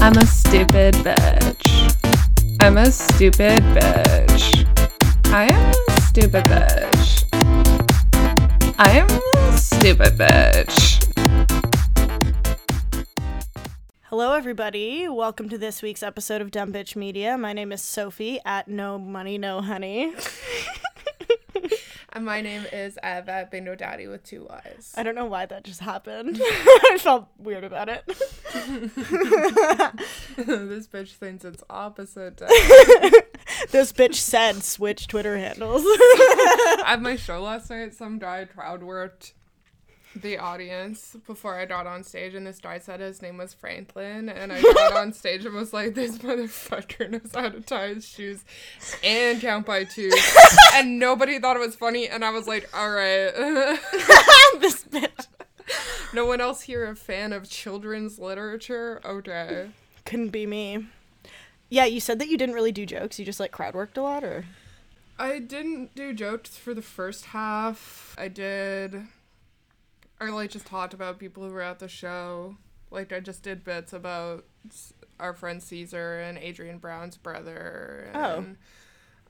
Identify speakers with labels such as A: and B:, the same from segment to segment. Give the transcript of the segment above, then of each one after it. A: I'm a stupid bitch. I'm a stupid bitch. I am a stupid bitch. I am a stupid bitch.
B: Hello, everybody. Welcome to this week's episode of Dumb Bitch Media. My name is Sophie at No Money No Honey.
A: And my name is Eva Bindodaddy with two Y's.
B: I don't know why that just happened. I felt weird about it.
A: this bitch thinks it's opposite. day.
B: This bitch said switch Twitter handles.
A: At my show last night, some guy crowdworked the audience before I got on stage, and this guy said his name was Franklin, and I got on stage and was like, "This motherfucker knows how to tie his shoes and count by two. and nobody thought it was funny, and I was like, "All right."
B: this bitch.
A: no one else here a fan of children's literature? Okay.
B: Couldn't be me. Yeah, you said that you didn't really do jokes. You just like crowd worked a lot, or
A: I didn't do jokes for the first half. I did. I like just talked about people who were at the show. Like I just did bits about s- our friend Caesar and Adrian Brown's brother.
B: Oh.
A: And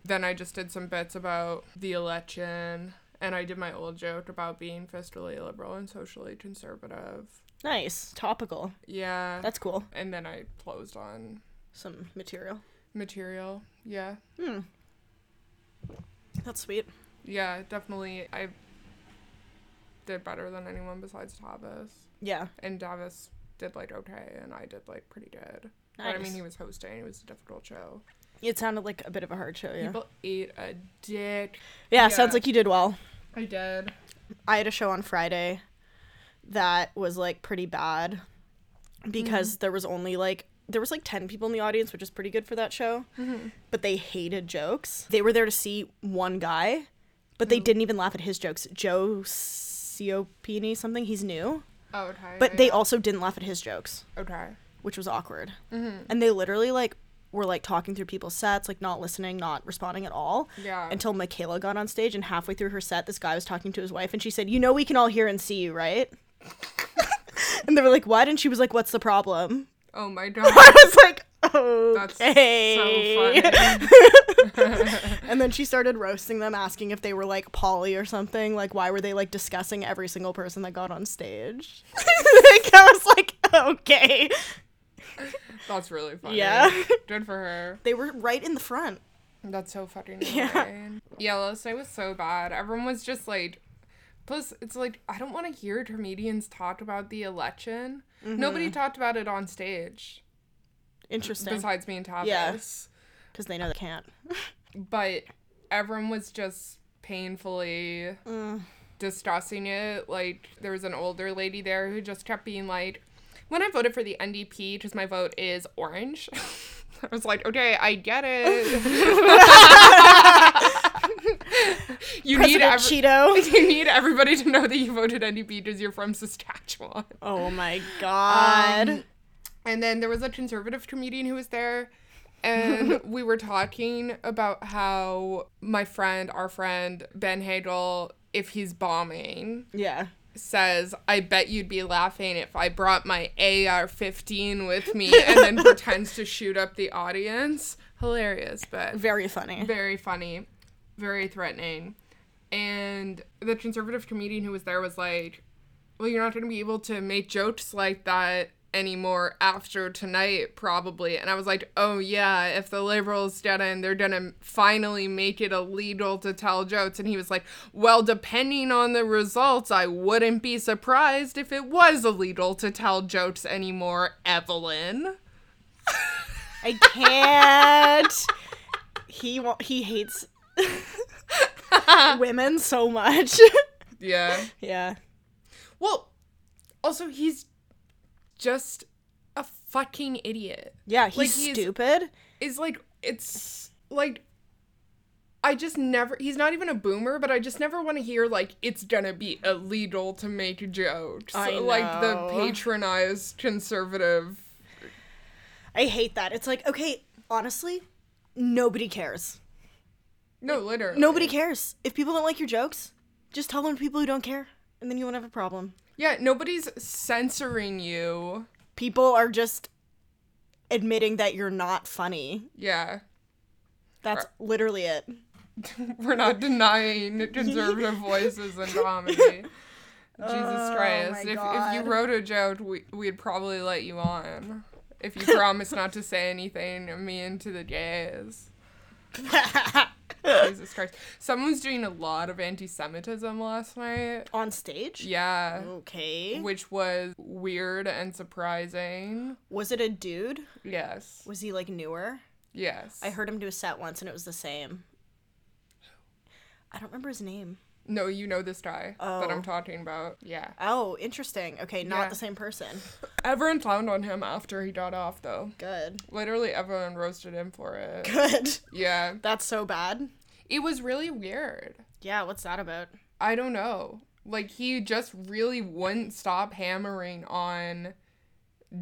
A: Then I just did some bits about the election, and I did my old joke about being fiscally liberal and socially conservative.
B: nice topical.
A: Yeah.
B: That's cool.
A: and then I closed on
B: Some material. Hmm.
A: material. Yeah.
B: That's sweet.
A: Yeah, definitely. I did better than anyone besides Tavis.
B: Yeah.
A: And Tavis did like okay, and I did like pretty good. But I mean,
B: Nice.
A: he was hosting, it was a difficult show.
B: It sounded like a bit of a hard show. Yeah.
A: People ate a dick.
B: Yeah.
A: Yeah.
B: Sounds like you did well.
A: I did.
B: I had a show on Friday that was like pretty bad because there was only like there was like 10 people in the audience, which is pretty good for that show. But they hated jokes. They were there to see one guy, but they didn't even laugh at his jokes. Joe Ciopini something, he's new,
A: Oh, okay.
B: but they also didn't laugh at his jokes,
A: Okay.
B: which was awkward. And they literally like were like talking through people's sets, like not listening, not responding at all
A: Yeah.
B: until Michaela got on stage and halfway through her set this guy was talking to his wife and she said, "You know we can all hear and see you, right?" and they were like, "What?" and she was like, "What's the problem?"
A: oh my god.
B: I was like,
A: That's
B: "Okay."
A: so funny.
B: and then she started roasting them asking if they were like poly or something, like why were they like discussing every single person that got on stage? like, I was like, "Okay."
A: That's really funny.
B: Yeah.
A: Good for her.
B: They were right in the front.
A: That's so fucking
B: Yeah.
A: annoying. Yeah, last night was so bad. Everyone was just like, plus it's like I don't want to hear comedians talk about the election. Nobody talked about it on stage
B: Interesting.
A: besides me and Tavis.
B: Yeah. Cuz they know they can't.
A: But everyone was just painfully discussing it. Like there was an older lady there who just kept being like, "When I voted for the NDP, because my vote is orange." I was like, "Okay, I get it." you need
B: President
A: every-
B: Cheeto.
A: you need everybody to know that you voted NDP because you're from Saskatchewan.
B: Oh my god.
A: Um, and then there was a conservative comedian who was there, and we were talking about how my friend, our friend Ben Hagel, if he's bombing,
B: yeah.
A: says, "I bet you'd be laughing if I brought my AR-15 with me," and then pretends to shoot up the audience. Hilarious, but
B: Very funny.
A: very funny, very threatening. And the conservative comedian who was there was like, Well, you're not going to be able to make jokes like that anymore after tonight, probably. And I was like, Oh, yeah, if the liberals get in, they're going to finally make it illegal to tell jokes. And he was like, Well, depending on the results, I wouldn't be surprised if it was illegal to tell jokes anymore, Evelyn.
B: I can't. he wa- he hates women so much.
A: Yeah.
B: yeah.
A: Well, also he's just a fucking idiot.
B: Yeah, he's,
A: Like, he's-
B: stupid.
A: It's like it's like I just never he's not even a boomer, but I just never want to hear like it's gonna be illegal to make jokes.
B: I
A: Like the
B: know.
A: patronized conservative
B: I hate that. It's like, okay, honestly, nobody cares.
A: No, literally.
B: Nobody cares. If people don't like your jokes, just tell them to people who don't care and then you won't have a problem.
A: Yeah, nobody's censoring you.
B: People are just admitting that you're not funny.
A: Yeah.
B: That's literally it.
A: We're not denying conservative voices in comedy. Jesus Christ.
B: Oh my
A: If, if you
B: God.
A: wrote a joke, we, we'd probably let you on. If you promised not to say anything mean to the gays. Jesus Christ. Someone was doing a lot of anti Semitism last night.
B: On stage?
A: Yeah.
B: Okay.
A: Which was weird and surprising.
B: Was it a dude?
A: Yes.
B: Was he like newer?
A: Yes.
B: I heard him do a set once and it was the same. I don't remember his name.
A: No, you know this guy that
B: Oh.
A: I'm talking about. Yeah.
B: Oh, interesting. Okay, not
A: Yeah.
B: the same person.
A: Everyone clowned on him after he got off, though.
B: Good.
A: Literally everyone roasted him for it.
B: Good.
A: Yeah.
B: That's so bad.
A: It was really weird.
B: Yeah, what's that about?
A: I don't know. Like, he just really wouldn't stop hammering on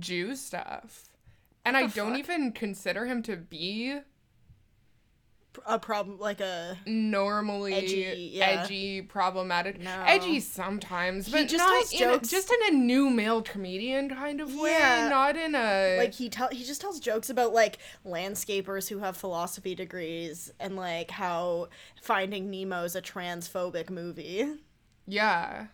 A: Jew stuff. And I
B: the
A: don't
B: fuck?
A: even consider him to be
B: A problem like a
A: normally
B: Edgy,
A: edgy,
B: yeah.
A: problematic.
B: No.
A: Edgy sometimes, but
B: just
A: just not
B: tells
A: in
B: jokes-
A: just in a new male comedian kind of way.
B: Yeah.
A: Not in a
B: like he tell he just tells jokes about like landscapers who have philosophy degrees and like how Finding Nemo's a transphobic movie.
A: Yeah.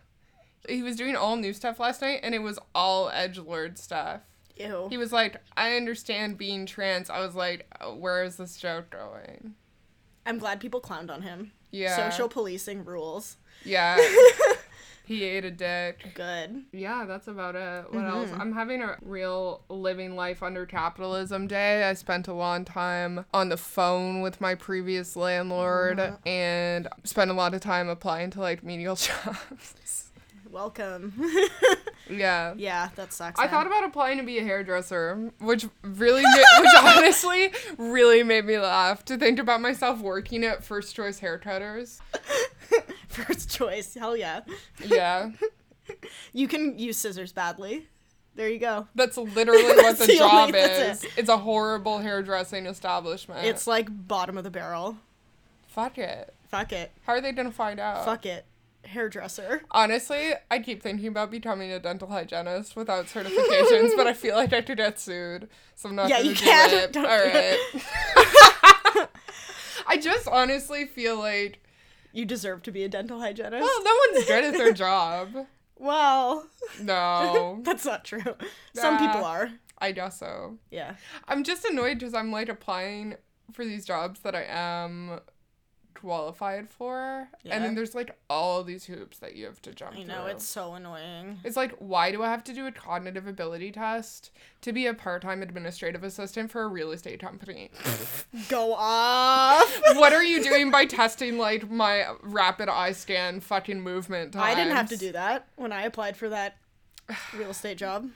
A: He was doing all new stuff last night and it was all edge lord stuff.
B: Ew.
A: He was like, I understand being trans. I was like, "Oh, where is this joke going?
B: I'm glad people clowned on him.
A: Yeah.
B: Social policing rules.
A: Yeah. he ate a dick.
B: Good.
A: Yeah, that's about it. What else? I'm having a real living life under capitalism day. I spent a long time on the phone with my previous landlord and spent a lot of time applying to like menial jobs.
B: Welcome.
A: yeah.
B: yeah, that sucks.
A: I
B: man.
A: thought about applying to be a hairdresser, which really, ma- which honestly really made me laugh to think about myself working at First Choice Haircutters.
B: first choice. Hell yeah.
A: Yeah,
B: You can use scissors badly. There you go.
A: that's literally
B: That's
A: what the,
B: the
A: job
B: only- that's
A: is. It's a horrible hairdressing establishment.
B: It's like bottom of the barrel.
A: fuck it.
B: Fuck it.
A: How are they gonna find out?
B: Fuck it. Hairdresser.
A: Honestly, I keep thinking about becoming a dental hygienist without certifications, but I feel like I could get sued, so I'm not
B: Yeah,
A: gonna
B: you
A: do
B: can.
A: it.
B: Don't
A: All
B: do
A: right.
B: it.
A: I just honestly feel like
B: You deserve to be a dental hygienist.
A: Well, Oh, no one's good at their job.
B: well,
A: No,
B: that's not true. Some people
A: Nah.
B: are.
A: I guess so.
B: Yeah.
A: I'm just annoyed because I'm like applying for these jobs that I am qualified for, and
B: Yeah.
A: then there's like all these hoops that you have to jump.
B: I know
A: through.
B: it's so annoying.
A: It's like, why do I have to do a cognitive ability test to be a part time administrative assistant for a real estate company?
B: Go off.
A: what are you doing by testing like my rapid eye scan fucking movement times?
B: I didn't have to do that when I applied for that real estate job.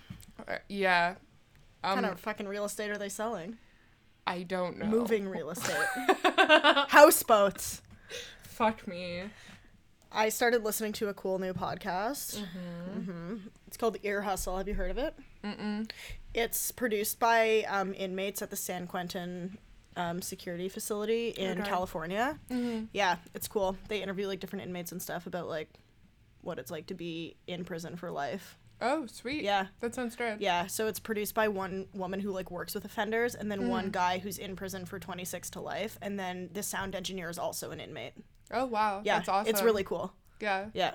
A: Uh, yeah.
B: What
A: Um,
B: kind of fucking real estate are they selling?
A: I don't know.
B: Moving real estate. Houseboats.
A: Fuck me.
B: I started listening to a cool new podcast.
A: Mm-hmm.
B: Mhm. It's called Ear Hustle. Have you heard of it? Mm-mm. It's produced by um, inmates at the San Quentin um, security facility in
A: Okay.
B: California. Yeah, it's cool. They interview like different inmates and stuff about like what it's like to be in prison for life.
A: Oh, sweet.
B: Yeah.
A: That sounds good.
B: Yeah, so it's produced by one woman who like works with offenders and then
A: Mm.
B: one guy who's in prison for 26 to life and then the sound engineer is also an inmate.
A: Oh, wow.
B: Yeah.
A: That's awesome.
B: It's really cool.
A: Yeah.
B: Yeah.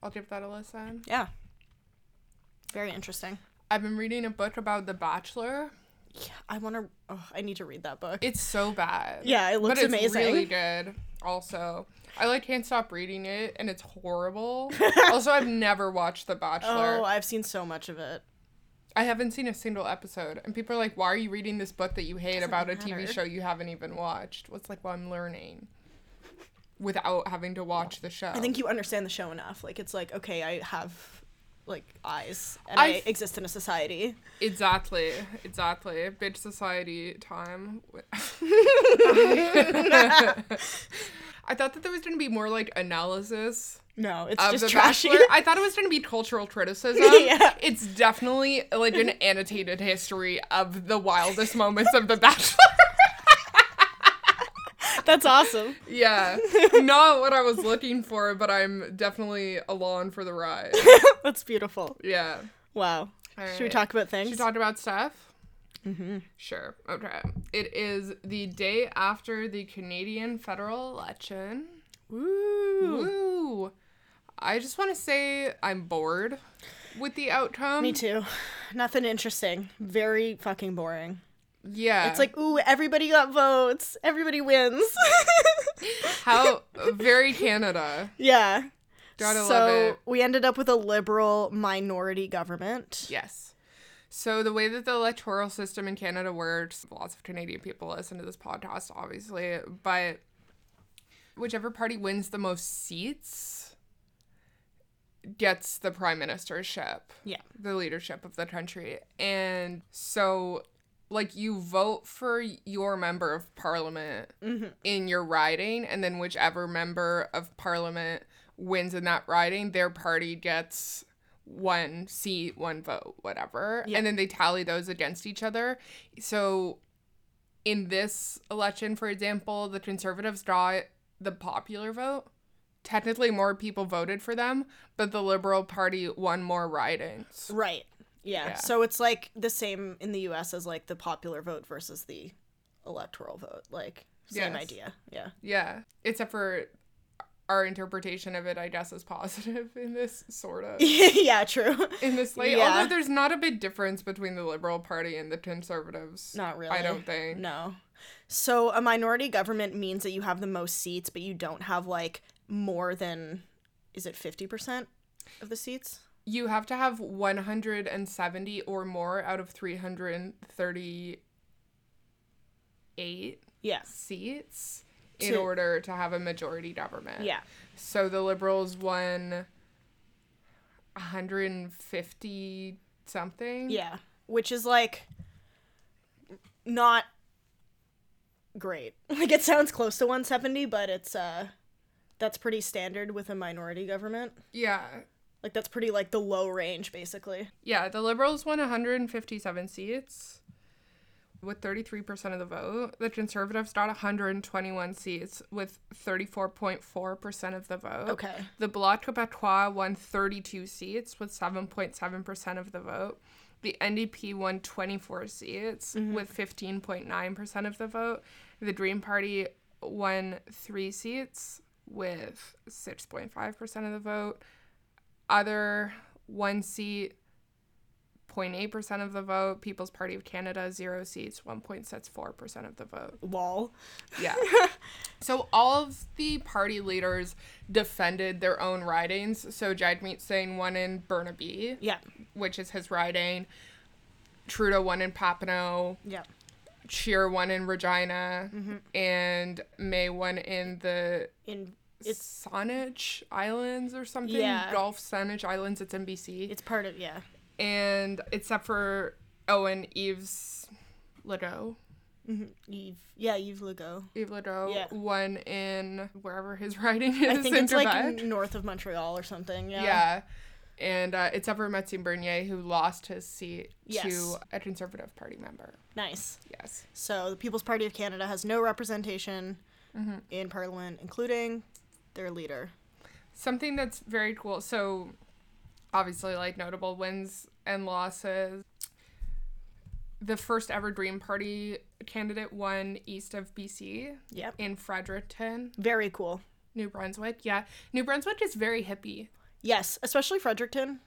A: I'll give that a listen.
B: Yeah. Very interesting.
A: I've been reading a book about The Bachelor.
B: Yeah, I want to. Oh, I need to read that book.
A: It's so bad.
B: Yeah, it looks
A: but it's
B: amazing.
A: really good. Also, I like can't stop reading it, and it's horrible. also, I've never watched The Bachelor.
B: oh, I've seen so much of it.
A: I haven't seen a single episode, and people are like, "Why are you reading this book that you hate about a TV
B: matter.
A: show you haven't even watched?" What's like, well, I'm learning without having to watch the show.
B: I think you understand the show enough. Like it's like okay, I have like eyes and
A: I
B: I,
A: f-
B: exist in a society.
A: Exactly, exactly. Bitch society time. I thought that there was gonna be more like analysis
B: No, it's
A: of
B: just
A: the
B: trashy.
A: Bachelor. I thought it was gonna be cultural criticism.
B: Yeah.
A: It's definitely like an annotated history of the wildest moments of the Bachelor.
B: That's awesome.
A: yeah, not what I was looking for, but I'm definitely along for the ride.
B: That's beautiful.
A: Yeah.
B: Wow. Should we
A: right.
B: talk about things?
A: She talked about stuff.
B: Mm-hmm.
A: Sure, okay. It is the day after the Canadian federal election.
B: Woo.
A: Woo! I just want to say I'm bored with the outcome.
B: Me too. Nothing interesting. Very fucking boring.
A: Yeah,
B: It's like, ooh, everybody got votes. Everybody wins.
A: how very Canada.
B: yeah.
A: Gotta love
B: so
A: it.
B: we ended up with a liberal minority government.
A: Yes. So the way that the electoral system in Canada works, lots of Canadian people listen to this podcast, obviously, but whichever party wins the most seats gets the prime ministership,
B: Yeah.
A: the leadership of the country. And so like you vote for your member of parliament in your riding and then whichever member of parliament wins in that riding, their party gets one seat, one vote, whatever.
B: Yeah.
A: And then they tally those against each other. So in this election, for example, the conservatives got the popular vote. Technically, more people voted for them, but the Liberal Party won more ridings.
B: Right. Yeah.
A: Yeah.
B: So it's like the same in the US as like the popular vote versus the electoral vote. Like same
A: Yes.
B: idea. Yeah.
A: Yeah. Except for our interpretation of it, I guess, is positive in this sort of.
B: yeah, true.
A: In this light,
B: Yeah.
A: although there's not a big difference between the Liberal Party and the Conservatives.
B: Not really.
A: I don't think.
B: No. So a minority government means that you have the most seats, but you don't have like more than is it fifty percent of the seats?
A: You have to have 170 or more out of 338
B: Yeah.
A: seats in
B: To-
A: order to have a majority government.
B: Yeah.
A: So the Liberals won 150 something.
B: Yeah. Which is like not great. Like it sounds close to one seventy, but it's uh that's pretty standard with a minority government.
A: Yeah.
B: Like that's pretty like the low range basically.
A: Yeah, the Liberals won 157 seats with 33% of the vote. The Conservatives got 121 seats with 34.4% of the vote.
B: Okay.
A: The Bloc Québécois won 32 seats with 7.7% of the vote. The NDP won 24 seats with 15.9% of the vote. The Dream Party won three seats with 6.5% of the vote. Other one seat, 0.8% of the vote. People's Party of Canada, zero seats, 1.64% of the vote.
B: Lol.
A: Yeah. so all of the party leaders defended their own ridings. So Jagmeet Singh won in Burnaby,
B: Yeah.
A: which is his riding. Trudeau won in Papineau.
B: Yeah.
A: Cheer won in Regina.
B: Mm-hmm.
A: And May won in the
B: In it's
A: Saanich Islands or something.
B: Yeah.
A: Gulf Saanich Islands. It's in BC.
B: it's part of yeah.
A: and except for Owen Eves Lido.
B: Eve. Yeah, Eve Legault.
A: Yves Ledoux
B: Yeah.
A: one in wherever his writing is
B: I think
A: in
B: it's like
A: Quebec.
B: n- north of Montreal or something. Yeah.
A: yeah. And uh, it's ever Maxime Bernier who lost his seat
B: Yes.
A: to a Conservative Party member.
B: Nice.
A: Yes.
B: So the People's Party of Canada has no representation in Parliament, including their leader.
A: Something that's very cool. So, obviously, like notable wins and losses. The first ever Dream Party candidate won east of BC
B: Yep.
A: in Fredericton,
B: Very cool.
A: New Brunswick. Yeah. New Brunswick is very hippie.
B: Yes, especially Fredericton.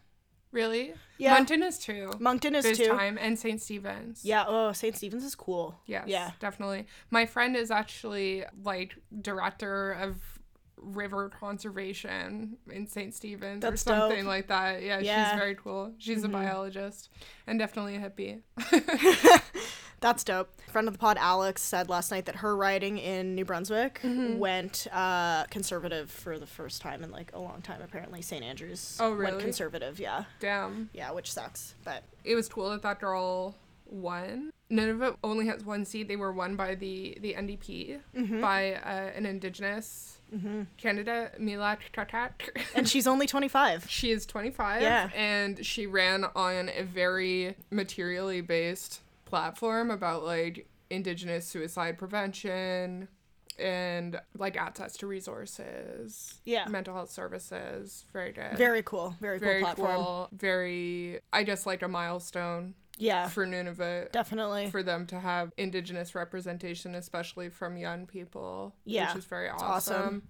A: Really?
B: Yeah.
A: Moncton is too.
B: Moncton is
A: this
B: too.
A: time and St. Stephen's.
B: Yeah. Oh, St. Stephen's is cool.
A: Yes,
B: Yeah.
A: definitely. My friend is actually like director of river conservation in St. Stephen's or
B: That's dope.
A: something like that. Yeah,
B: Yeah. Mm-hmm.
A: she's very cool. She's a biologist and definitely a hippie.
B: That's dope. Friend of the pod, Alex, said last night that her riding in New Brunswick
A: Mm-hmm.
B: went uh, conservative for the first time in like a long time. Apparently, St. Andrews
A: Oh,
B: went
A: really?
B: conservative. Yeah,
A: Damn.
B: yeah, which sucks. But
A: It was cool that that girl won. Nunavut only has one seat. They were won by the, the NDP,
B: Mm-hmm.
A: by uh, an indigenous candidate, Milat Katak.
B: and she's only twenty five.
A: She is 25
B: Yeah.
A: and she ran on a very materially based platform about like indigenous suicide prevention and like access to resources.
B: Yeah.
A: Mental health services. Very good.
B: Very cool. Very,
A: very
B: cool platform.
A: cool. Very I guess like a milestone
B: Yeah,
A: for Nunavut.
B: definitely.
A: For them to have indigenous representation, especially from young people,
B: Yeah,
A: which is very
B: awesome.
A: awesome.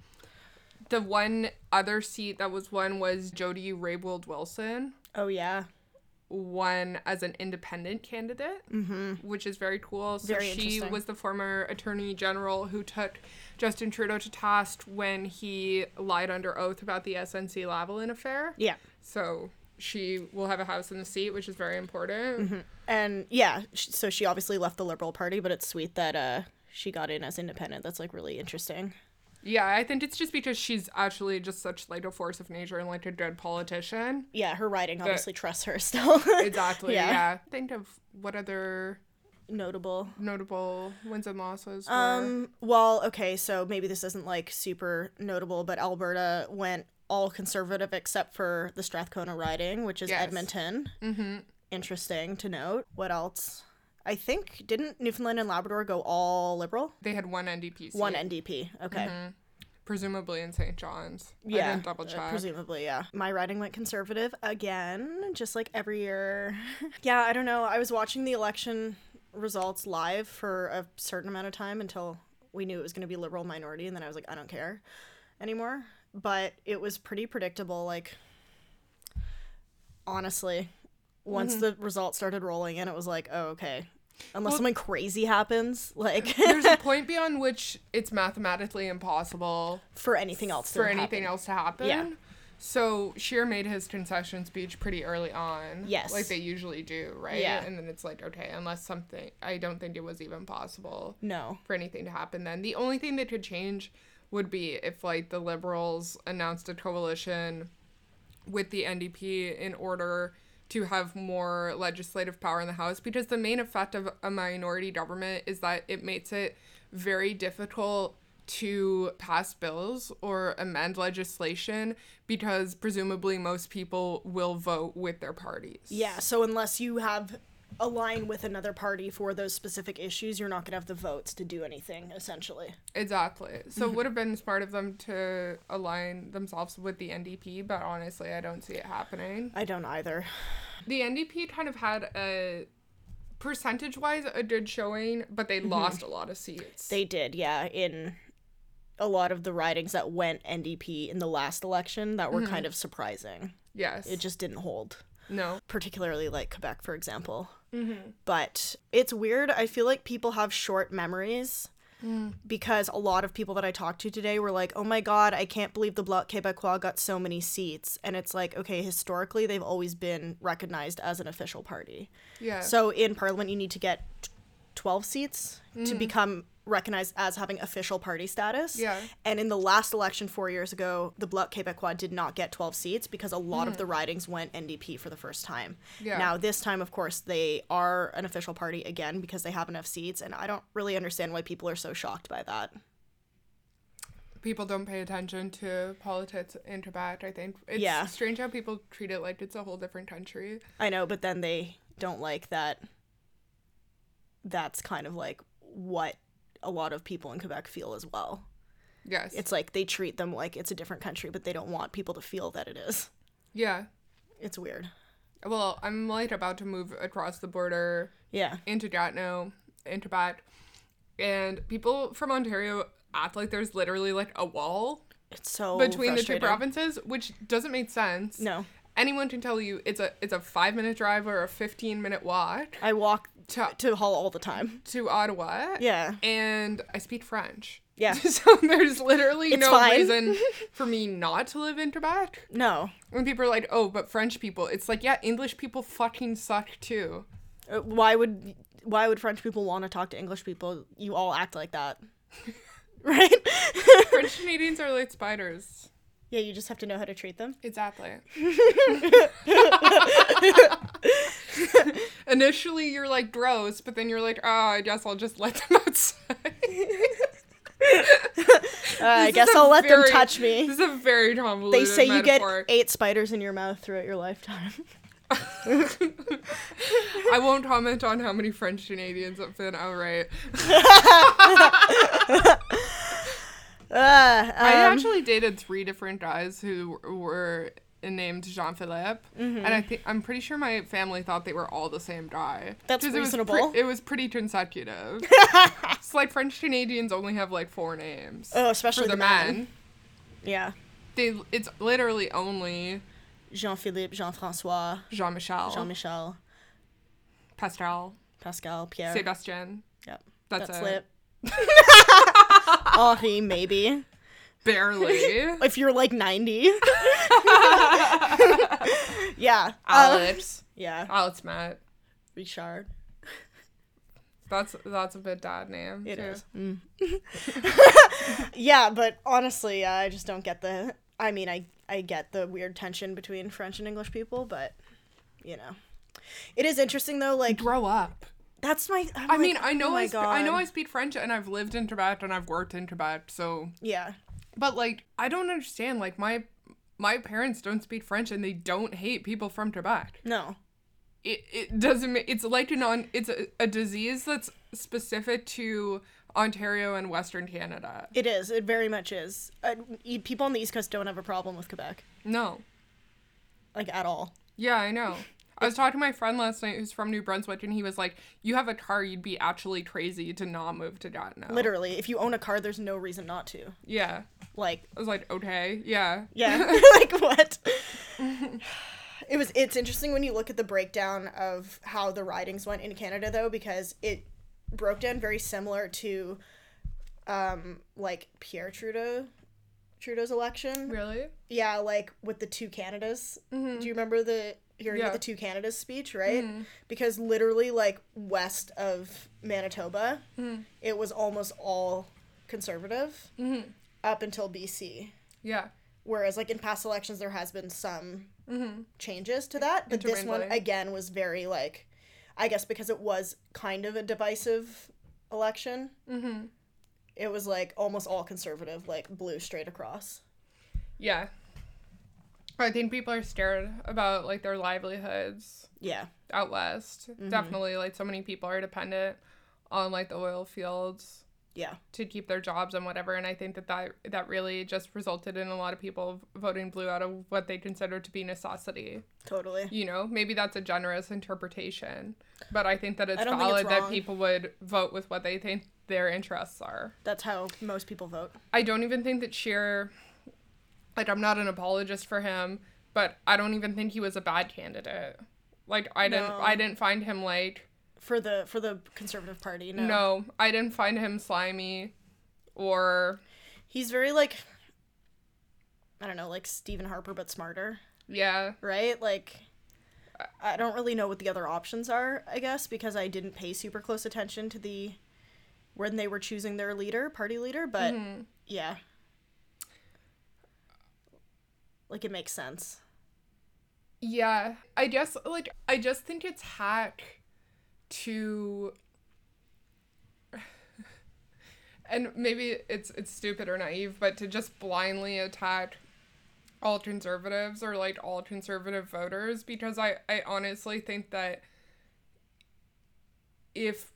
A: The one other seat that was won was Jody Raybould Wilson,
B: oh yeah.
A: won as an independent candidate, which is very cool. So
B: Mm-hmm. Very
A: she
B: interesting.
A: was the former attorney general who took Justin Trudeau to task when he lied under oath about the SNC Lavalin affair.
B: Yeah.
A: So she will have a house in the seat, which is very important.
B: Mm-hmm. And yeah, sh- so she obviously left the Liberal Party, but it's sweet that uh she got in as independent. That's like really interesting.
A: Yeah, I think it's just because she's actually just such like a force of nature and like a dead politician.
B: Yeah, her writing obviously trusts her still.
A: Exactly.
B: Yeah.
A: yeah. Think of what other
B: Notable.
A: notable wins and losses were.
B: Um, well, okay, so maybe this isn't like super notable, but Alberta went all conservative except for the Strathcona riding, which is
A: Yes.
B: Edmonton. Mm-hmm. Interesting to note. What else? I think didn't Newfoundland and Labrador go all liberal?
A: they had one NDP seat,
B: One NDP. Okay.
A: presumably in St. John's. I
B: Yeah.
A: didn't double
B: uh,
A: check.
B: presumably, yeah. My riding went conservative again, just like every year. yeah, I don't know. I was watching the election results live for a certain amount of time until we knew it was going to be liberal minority, and then I was like, I don't care anymore. But it was pretty predictable, like, honestly. Once the results started rolling in, it was like, oh, okay. Unless
A: Mm-hmm. Well-
B: something crazy happens, like,
A: There's a point beyond which it's mathematically impossible
B: for anything else to
A: for
B: happen.
A: anything else to happen.
B: Yeah.
A: So Sheer made his concession speech pretty early on.
B: Yes.
A: Like they usually do, right?
B: Yeah.
A: And then it's like, okay, unless something I don't think it was even possible
B: No.
A: for anything to happen then. The only thing that could change would be if like the liberals announced a coalition with the NDP in order to have more legislative power in the House because the main effect of a minority government is that it makes it very difficult to pass bills or amend legislation because presumably most people will vote with their parties.
B: Yeah, so unless you have align with another party for those specific issues, you're not going to have the votes to do anything essentially.
A: Exactly. So it would have been smart of them to align themselves with the NDP, but honestly, I don't see it happening.
B: I don't either.
A: The NDP kind of had a percentage wise a good showing, but they lost a lot of seats.
B: Mm-hmm. They did, yeah, in a lot of the ridings that went NDP in the last election that were kind of surprising.
A: yes.
B: It just didn't hold,
A: no.
B: particularly like Quebec, for example. But it's weird. I feel like people have short memories. Because a lot of people that I talked to today were like, oh my God, I can't believe the Bloc Québécois got so many seats. And it's like, okay, historically, they've always been recognized as an official party.
A: Yeah.
B: So in parliament, you need to get t- 12 seats to become recognized as having official party status.
A: Mm. Yeah.
B: And in the last election four years ago, the Bloc Québécois did not get 12 seats because a lot of the ridings went NDP for the first time.
A: Mm. Yeah.
B: Now, this time, of course, they are an official party again because they have enough seats. And I don't really understand why people are so shocked by that.
A: people don't pay attention to politics in Quebec, I think. It's
B: Yeah.
A: strange how people treat it like it's a whole different country.
B: I know, but then they don't like that. That's kind of like what a lot of people in Quebec feel as well.
A: Yes.
B: it's like they treat them like it's a different country, but they don't want people to feel that it is.
A: yeah.
B: It's weird.
A: Well, I'm like about to move across the border
B: Yeah.
A: into Gatineau, into Bat, and people from Ontario act like there's literally like a wall
B: It's so
A: between the two
B: frustrating.
A: provinces, which doesn't make sense.
B: No.
A: Anyone can tell you it's a it's a five minute drive or a fifteen minute walk
B: I walk
A: To-
B: to, to Hull all the time.
A: to Ottawa.
B: Yeah.
A: And I speak French.
B: Yeah.
A: So there's literally
B: It's
A: no
B: fine.
A: reason for me not to live in Quebec.
B: No.
A: When people are like, oh, but French people, it's like, yeah, English people fucking suck too.
B: Uh, Why would why would French people want to talk to English people? You all act like that. right?
A: French Canadians are like spiders.
B: yeah, you just have to know how to treat them.
A: Exactly. Initially, you're like gross, but then you're like, oh, I guess I'll just let them outside.
B: Uh, I
A: This
B: guess
A: is a
B: I'll let them
A: very-
B: touch me.
A: This is a very convoluted
B: They say you get
A: metaphor.
B: eight spiders in your mouth throughout your lifetime.
A: I won't comment on how many French Canadians have been outright.
B: Uh,
A: I
B: um, Uh, um,
A: actually dated three different guys who were named Jean Philippe,
B: Mm-hmm.
A: and I think I'm pretty sure my family thought they were all the same guy.
B: That's
A: 'Cause It was,
B: reasonable.
A: pre- it was pretty consecutive. it's like French Canadians only have like four names
B: Oh,
A: for
B: especially
A: the,
B: the,
A: men.
B: Yeah.
A: They it's literally only
B: Jean Philippe, Jean Francois,
A: Jean Michel,
B: Jean Michel,
A: Pascal,
B: Pascal, Pierre.
A: Sebastian,
B: Yep.
A: That's it.
B: Henri, maybe.
A: barely
B: If you're like 90. yeah.
A: Ah,
B: Uh,
A: Alex,
B: yeah.
A: Alex Matt.
B: Richard.
A: That's that's a bit dad name.
B: It
A: too.
B: is. Mm. Yeah, but honestly, I just don't get the. I mean, I I get the weird tension between French and English people, but you know, it is interesting though. Like
A: Grow up.
B: that's my. I'm
A: I
B: like,
A: mean, I know
B: oh my
A: I, sp- I know
B: God.
A: I speak French and I've lived in Tibet and I've worked in Tibet, so
B: Yeah.
A: but like I don't understand like my my parents don't speak French and they don't hate people from Tibet.
B: No.
A: It it doesn't ma- it's like an on it's a, a disease that's specific to Ontario and Western Canada.
B: It is. It very much is. Uh, e- people on the East Coast don't have a problem with Quebec,
A: No.
B: like at all.
A: Yeah, I know. I was talking to my friend last night who's from New Brunswick and he was like, "You have a car, you'd be actually crazy to not move to Gatineau."
B: Literally, if you own a car, there's no reason not to.
A: Yeah.
B: Like,
A: I was like, "Okay, yeah."
B: yeah, like what? it was. It's interesting when you look at the breakdown of how the ridings went in Canada, though, because it broke down very similar to, um, like Pierre Trudeau, Trudeau's election.
A: Really?
B: Yeah, like with the two Canadas. Do you remember the hearing
A: Mm-hmm. Yeah. Mm-hmm.
B: of the two Canadas speech, right? Because literally, like west of Manitoba,
A: Mm-hmm.
B: it was almost all conservative
A: Mm-hmm.
B: up until BC.
A: Yeah.
B: Whereas, like in past elections, there has been some changes to that, but this one
A: Mm-hmm. Intermingling.
B: again was very like, I guess because it was kind of a divisive election.
A: Mm-hmm.
B: It was like almost all conservative, like blue straight across.
A: Yeah. I think people are scared about like their livelihoods
B: Yeah,
A: out west.
B: Mm-hmm.
A: Definitely like so many people are dependent on like the oil fields
B: yeah,
A: to keep their jobs and whatever and I think that that, that really just resulted in a lot of people voting blue out of what they consider to be necessity.
B: totally.
A: You know, maybe that's a generous interpretation, but I think that it's
B: I don't think it's
A: valid that
B: wrong.
A: people would vote with what they think their interests are.
B: That's how most people vote.
A: I don't even think that Sheer, like, I'm not an apologist for him, but I don't even think he was a bad candidate. Like, I didn't,
B: No.
A: I didn't find him like,
B: For the for the conservative party, no.
A: no, I didn't find him slimy, or
B: He's very like I don't know, like Stephen Harper but smarter,
A: yeah,
B: right? Like I- I don't really know what the other options are, I guess, because I didn't pay super close attention to the when they were choosing their leader, party leader, but yeah. Like it makes sense.
A: yeah. I guess like, I just think it's hack to. And maybe it's it's stupid or naive, but to just blindly attack all conservatives or like all conservative voters because I, I honestly think that if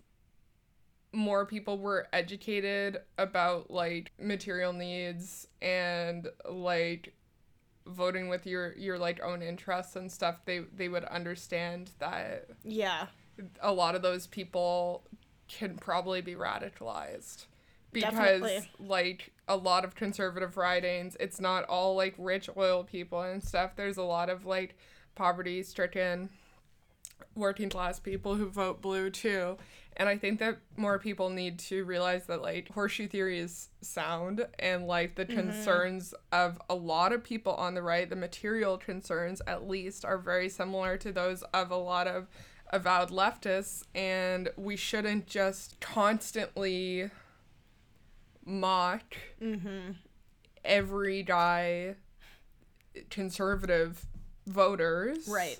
A: more people were educated about like material needs and like voting with your your like own interests and stuff they they would understand that
B: Yeah.
A: a lot of those people can probably be radicalized because
B: Definitely.
A: like a lot of conservative ridings it's not all like rich oil people and stuff there's a lot of like poverty stricken working class people who vote blue too and i think that more people need to realize that like horseshoe theory is sound and like the concerns of a lot of people on the right the material concerns at least are very similar to those of a lot of avowed leftists and we shouldn't just constantly mock every guy conservative voters
B: Right.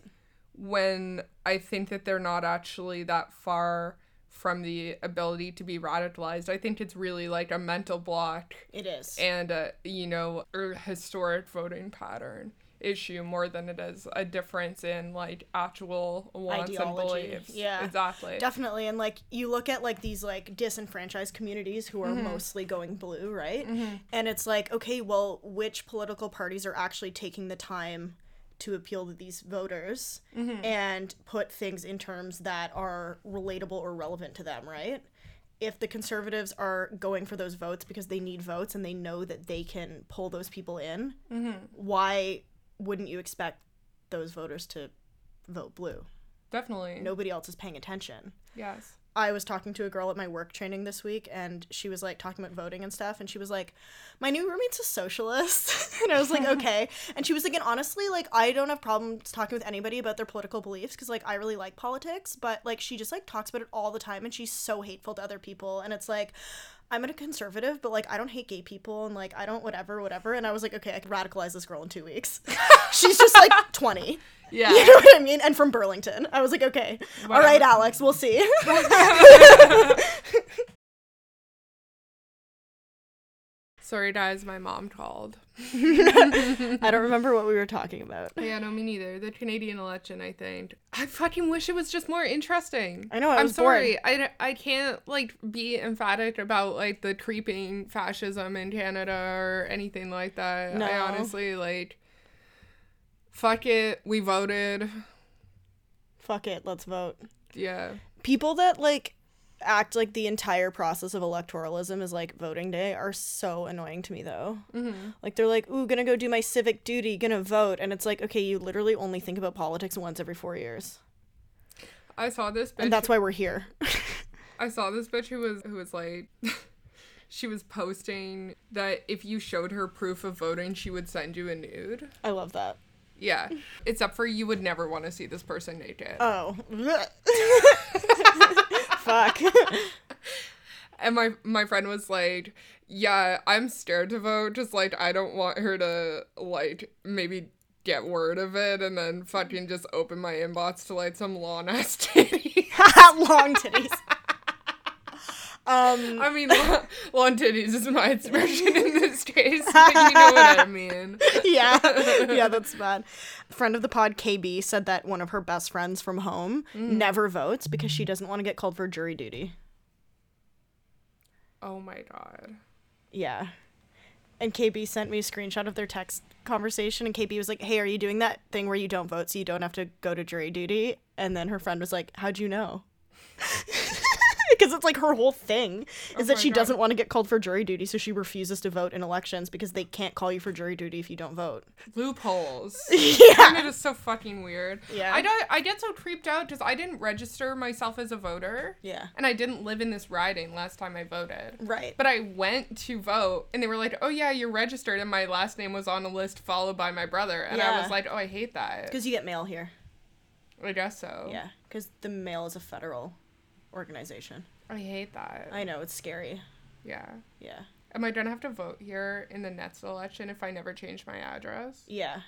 A: when I think that they're not actually that far from the ability to be radicalized. I think it's really like a mental block
B: It is.
A: and a, you know, a historic voting pattern issue more than it is a difference in like actual wants
B: Ideology,
A: and beliefs.
B: yeah.
A: Exactly.
B: Definitely. And like you look at like these like disenfranchised communities who are mostly going blue, right? And it's like, okay, well, which political parties are actually taking the time to appeal to these voters and put things in terms that are relatable or relevant to them, right? If the conservatives are going for those votes because they need votes and they know that they can pull those people in, why wouldn't you expect those voters to vote blue?
A: Definitely.
B: Nobody else is paying attention.
A: Yes.
B: I was talking to a girl at my work training this week, and she was like talking about voting and stuff. And she was like, My new roommate's a socialist. and I was like, Okay. And she was like, And honestly, like, I don't have problems talking with anybody about their political beliefs because, like, I really like politics, but like, she just like talks about it all the time, and she's so hateful to other people. And it's like, I'm a conservative, but like, I don't hate gay people, and like, I don't whatever, whatever. And I was like, Okay, I could radicalize this girl in two weeks. she's just like 20.
A: Yeah.
B: You know what I mean? And from Burlington. I was like, okay. All right,
A: Whatever.
B: Alex, we'll see.
A: Sorry, guys, my mom called.
B: I don't remember what we were talking about.
A: Yeah, no, me neither. The Canadian election, I think. I fucking wish it was just more interesting.
B: I know, Oh, I
A: I'm
B: was bored.
A: sorry. I, d- I can't like be emphatic about like the creeping fascism in Canada or anything like that.
B: No.
A: I honestly like. Fuck it. We voted.
B: Fuck it, let's vote.
A: Yeah.
B: People that like act like the entire process of electoralism is like voting day are so annoying to me though.
A: Mm-hmm.
B: Like they're like, "Ooh, gonna go do my civic duty, gonna vote," and it's like, okay, you literally only think about politics once every four years,
A: I saw this bitch.
B: and that's why we're here.
A: I saw this bitch who was who was like she was posting that if you showed her proof of voting, she would send you a nude.
B: I love that.
A: Yeah. Except for you would never want to see this person naked.
B: Oh, fuck.
A: and my my friend was like, "Yeah, I'm scared to vote. Just like I don't want her to like maybe get word of it and then fucking just open my inbox to like some lawn ass titty.
B: Long titties. Um.
A: I mean, lawn, lawn titties is my expression in this case, but you know what I mean.
B: yeah, yeah, that's bad. Friend of the pod, KB, said that one of her best friends from home
A: Mm.
B: never votes because she doesn't want to get called for jury duty.
A: Oh my god.
B: Yeah. And KB sent me a screenshot of their text conversation, and KB was like, Hey, are you doing that thing where you don't vote so you don't have to go to jury duty? And then her friend was like, How'd you know? Because it's like her whole thing is that
A: Oh my
B: she
A: God.
B: doesn't want to get called for jury duty, so she refuses to vote in elections because they can't call you for jury duty if you don't vote.
A: loopholes.
B: Yeah.
A: Canada's so fucking weird.
B: Yeah.
A: I don't I get so creeped out because I didn't register myself as a voter.
B: Yeah.
A: And I didn't live in this riding last time I voted.
B: Right.
A: But I went to vote and they were like, Oh yeah, you're registered and my last name was on a list followed by my brother and I
B: Yeah.
A: was like, Oh I hate that.
B: Because you get mail here.
A: I guess so.
B: Yeah, because the mail is a federal organization.
A: I hate that.
B: I know it's scary.
A: yeah.
B: Yeah,
A: Am I gonna have to vote here in the next election if I never change my address?
B: yeah.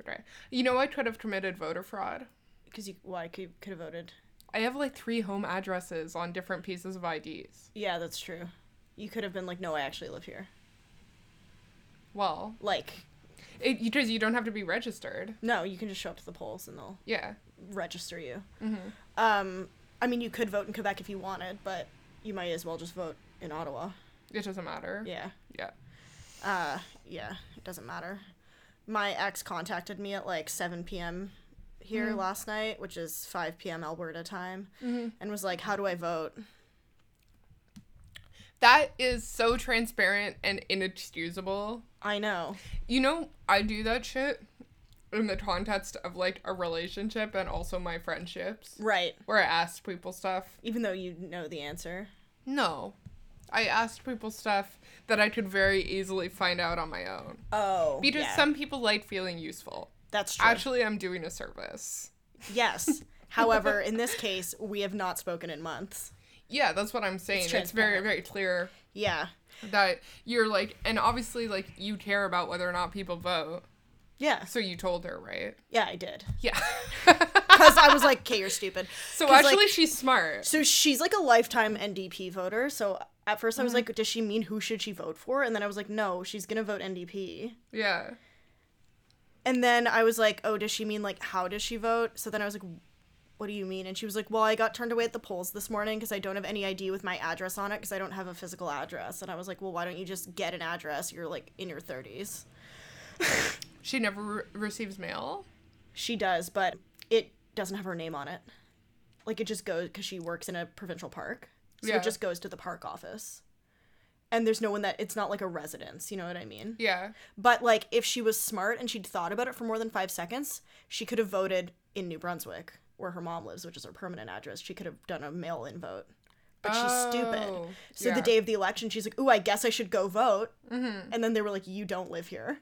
A: Okay. You know I could have committed voter fraud.
B: Because you, why could could have voted?
A: I have like three home addresses on different pieces of IDs.
B: Yeah, that's true. You could have been like, no, I actually live here.
A: Well,
B: Like,
A: It, because you don't have to be registered.
B: no, you can just show up to the polls and they'll
A: Yeah. Mm-hmm.
B: register you. Um, I mean, you could vote in Quebec if you wanted, but you might as well just vote in Ottawa.
A: It doesn't matter.
B: Yeah.
A: Yeah.
B: Uh, yeah, it doesn't matter. My ex contacted me at like 7 p.m. here last night, which is 5 p.m. Alberta time, and was like, How do I vote?
A: That is so transparent and inexcusable.
B: I know.
A: You know, I do that shit in the context of like a relationship and also my friendships
B: Right.
A: where I ask people stuff.
B: Even though you know the answer.
A: No. I asked people stuff that I could very easily find out on my own.
B: Oh.
A: Because some people like feeling useful.
B: That's true.
A: Actually, I'm doing a service.
B: yes. However, in this case, we have not spoken in months.
A: Yeah, that's what I'm saying. it's very,
B: transparent.
A: very clear
B: Yeah.
A: that you're like, and obviously, like, you care about whether or not people vote.
B: Yeah.
A: So you told her, right?
B: Yeah, I did.
A: Yeah.
B: Because I was like, okay, you're stupid.
A: so
B: 'Cause,
A: actually,
B: like,
A: she's smart.
B: So she's like a lifetime NDP voter. So at first I was like, does she mean who should she vote for? And then I was like, no, she's going to vote NDP.
A: Yeah.
B: And then I was like, oh, does she mean like how does she vote? So then I was like, what do you mean? And she was like, well, I got turned away at the polls this morning because I don't have any ID with my address on it because I don't have a physical address. And I was like, well, why don't you just get an address? You're like in your 30s.
A: She never re- receives mail.
B: She does, but it doesn't have her name on it. Like it just goes because she works in a provincial park, so
A: Yeah.
B: it just goes to the park office. And there's no one that it's not like a residence. You know what I mean?
A: Yeah.
B: But like, if she was smart and she'd thought about it for more than five seconds, she could have voted in New Brunswick, where her mom lives, which is her permanent address. She could have done a mail-in vote. But she's stupid.
A: Oh,
B: So the
A: yeah. Mm-hmm.
B: day of the election, she's like, "Ooh, I guess I should go vote." And then they were like, "You don't live here."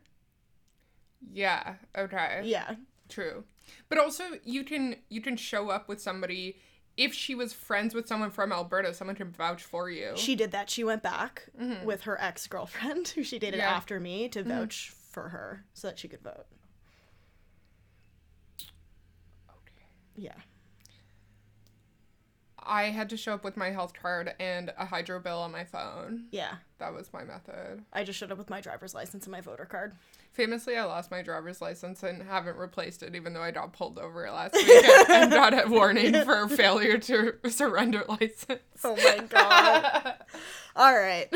A: Yeah. Okay.
B: Yeah,
A: True. But also you can you can show up with somebody if she was friends with someone from Alberta, someone can vouch for you.
B: she did that. She went back with her ex-girlfriend, who she dated
A: Mm-hmm. Yeah. Mm-hmm.
B: after me, to vouch for her so that she could vote. Yeah.
A: I had to show up with my health card and a hydro bill on my phone.
B: Yeah.
A: That was my method.
B: I just showed up with my driver's license and my voter card.
A: Famously, I lost my driver's license and haven't replaced it, even though I got pulled over last week and and got a warning for failure to surrender license.
B: Oh my god. All right.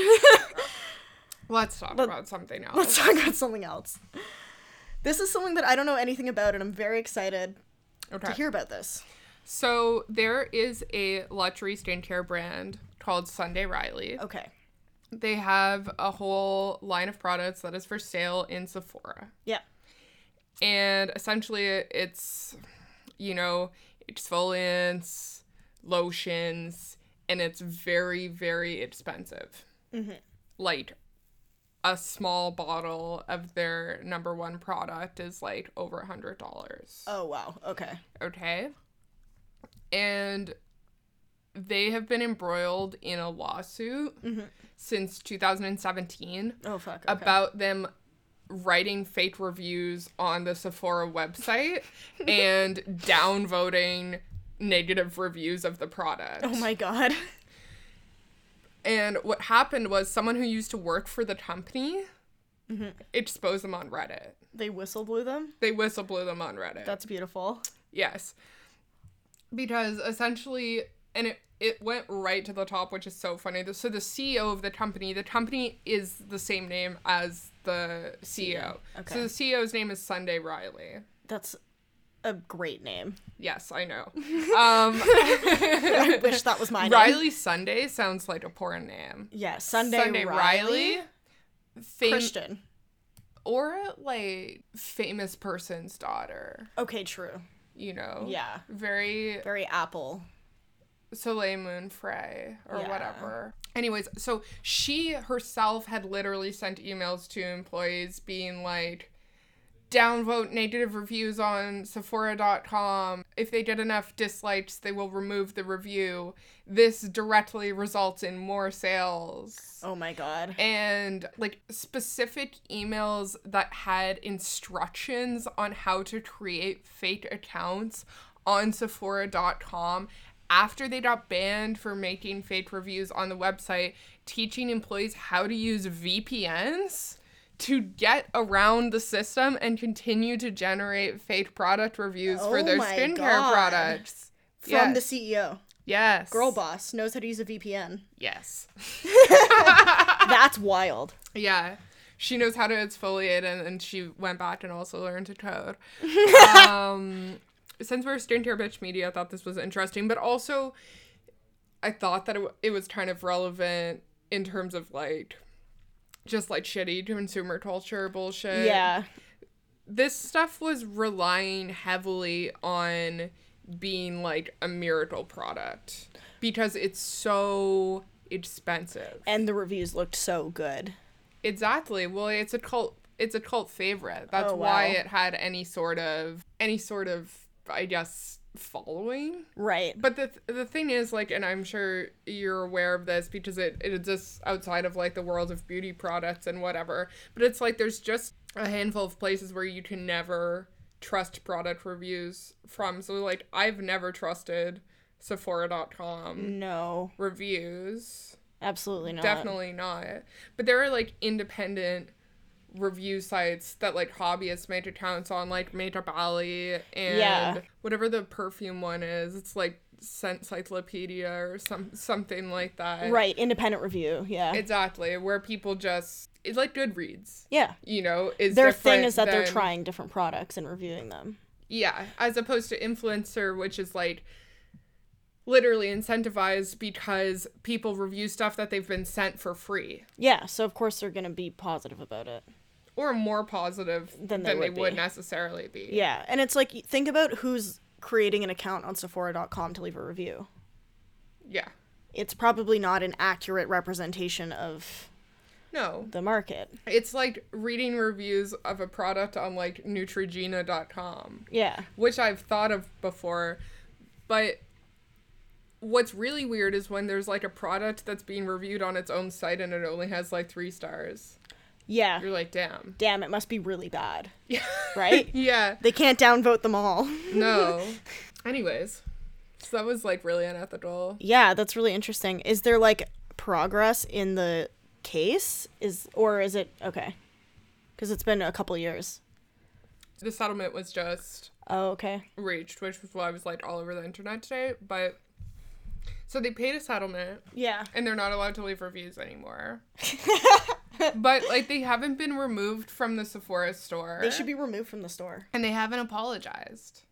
A: Let's talk about something else.
B: Let's talk about something else. This is something that I don't know anything about, and I'm very excited
A: Okay.
B: to hear about this.
A: So there is a luxury skincare brand called Sunday Riley.
B: Okay.
A: They have a whole line of products that is for sale in Sephora.
B: Yeah.
A: And essentially it's you know, exfoliants, lotions, and it's very very expensive. Like a small bottle of their number one product is like over a hundred dollars
B: Oh wow. Okay.
A: okay? And they have been embroiled in a lawsuit since 2017
B: Oh fuck. Mm-hmm. Okay.
A: about them writing fake reviews on the Sephora website and downvoting negative reviews of the product.
B: oh my god.
A: And what happened was someone who used to work for the company
B: Mm-hmm.
A: exposed them on Reddit.
B: They whistle blew them.
A: They whistle blew them on Reddit.
B: That's beautiful.
A: Yes. Because essentially, and it, it went right to the top, which is so funny. The- So the CEO of the company, the company is the same name as the CEO.
B: E Okay.
A: So the CEO's name is Sunday Riley.
B: That's a great name.
A: Yes, I know. Um,
B: I wish that was my name.
A: Riley Sunday sounds like a porn name.
B: Yeah. Sunday, Riley.
A: Riley. Fam-
B: Christian.
A: or like famous person's daughter,
B: Okay. True.
A: you know?
B: Yeah.
A: Very
B: Very Apple.
A: Soleil Moon Frey or
B: Yeah.
A: whatever. Anyways, so she herself had literally sent emails to employees being like, downvote negative reviews on Sephora.com. If they get enough dislikes, they will remove the review. This directly results in more sales.
B: Oh my god.
A: And like specific emails that had instructions on how to create fake accounts on Sephora.com after they got banned for making fake reviews on the website, teaching employees how to use VPNs to get around the system and continue to generate fake product reviews for
B: Oh
A: their
B: my
A: skincare
B: God.
A: products.
B: From the
A: yes.
B: CEO.
A: yes.
B: Girl boss knows how to use a VPN.
A: Yes.
B: That's wild.
A: Yeah. She knows how to exfoliate and, and she went back and also learned to code. um, since we're skincare bitch media, I thought this was interesting, but also I thought that it, w- it was kind of relevant in terms of like just like shitty consumer culture bullshit.
B: Yeah.
A: This stuff was relying heavily on being like a miracle product because it's so expensive.
B: and the reviews looked so good.
A: Exactly. Well, it's a cult. It's a cult favorite. That's
B: Oh, wow.
A: why it had any sort of any sort of I guess following.
B: Right.
A: But the th- the thing is like, and I'm sure you're aware of this because it it exists outside of like the world of beauty products and whatever. But it's like there's just a handful of places where you can never trust product reviews from. So like I've never trusted
B: Mm.
A: Sephora.com
B: No,
A: reviews.
B: absolutely not.
A: Definitely not. But there are like independent review sites that like hobbyists make accounts on, like Makeup Alley and
B: Yeah.
A: whatever the perfume one is. It's like Encyclopedia or some something like that.
B: Right, independent review. Yeah.
A: Exactly. Where people just it's like Goodreads.
B: yeah.
A: You know, is
B: Their
A: different
B: thing is that they're
A: than-
B: trying different products and reviewing them.
A: Yeah, as opposed to influencer, which is like literally incentivized because people review stuff that they've been sent for free
B: Yeah, so of course they're gonna be positive about it.
A: or more positive than
B: Than
A: they,
B: they
A: would,
B: would be.
A: necessarily be.
B: Yeah, and it's like think about who's creating an account on Sephora.com to leave a review.
A: Yeah.
B: It's probably not an accurate representation of
A: No,
B: the market.
A: it's like reading reviews of a product on like Neutrogena.com.
B: Yeah.
A: which I've thought of before. But what's really weird is when there's like a product that's being reviewed on its own site and it only has like three stars.
B: Yeah.
A: You're like, damn.
B: Damn, it must be really bad.
A: Yeah.
B: Right?
A: yeah.
B: they can't downvote them all.
A: No. Anyways, so that was like really unethical.
B: Yeah, that's really interesting. Is there like progress in the case? Is or is it okay? Because it's been a couple years.
A: The settlement was just
B: Oh, okay.
A: reached, which was why I was like all over the internet today. But so they paid a settlement.
B: Yeah.
A: and they're not allowed to leave reviews anymore. but like they haven't been removed from the Sephora store.
B: They should be removed from the store.
A: and they haven't apologized.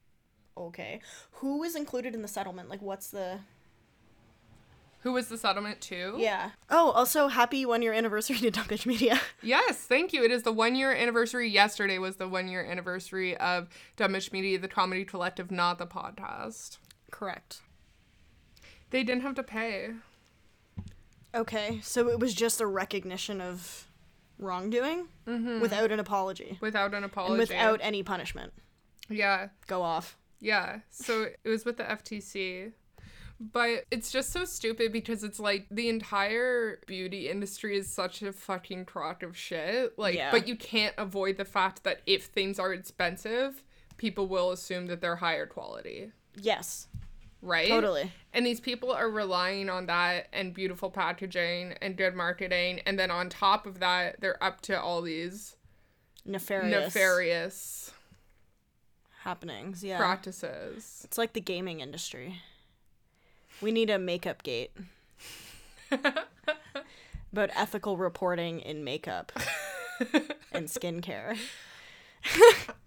B: Okay. Who is included in the settlement? Like, what's the?
A: Who was the settlement to?
B: Yeah. Oh, also happy one year anniversary to Dumpage Media.
A: Yes, thank you. It is the one year anniversary. Yesterday was the one year anniversary of Dumbish Media, the comedy collective, not the podcast.
B: Correct.
A: They didn't have to pay.
B: Okay, so it was just a recognition of wrongdoing without an apology,
A: Without an
B: and
A: apology.
B: without any punishment.
A: Yeah.
B: Go off.
A: Yeah. So it was with the FTC. But it's just so stupid because it's like the entire beauty industry is such a fucking crock of shit. Like,
B: Yeah.
A: but you can't avoid the fact that if things are expensive, people will assume that they're higher quality,
B: Yes,
A: right?
B: totally.
A: And these people are relying on that and beautiful packaging and good marketing. And then on top of that, they're up to all these
B: Nefarious,
A: nefarious
B: happenings. Yeah,
A: practices.
B: it's like the gaming industry. We need a makeup gate. About ethical reporting in makeup and skincare.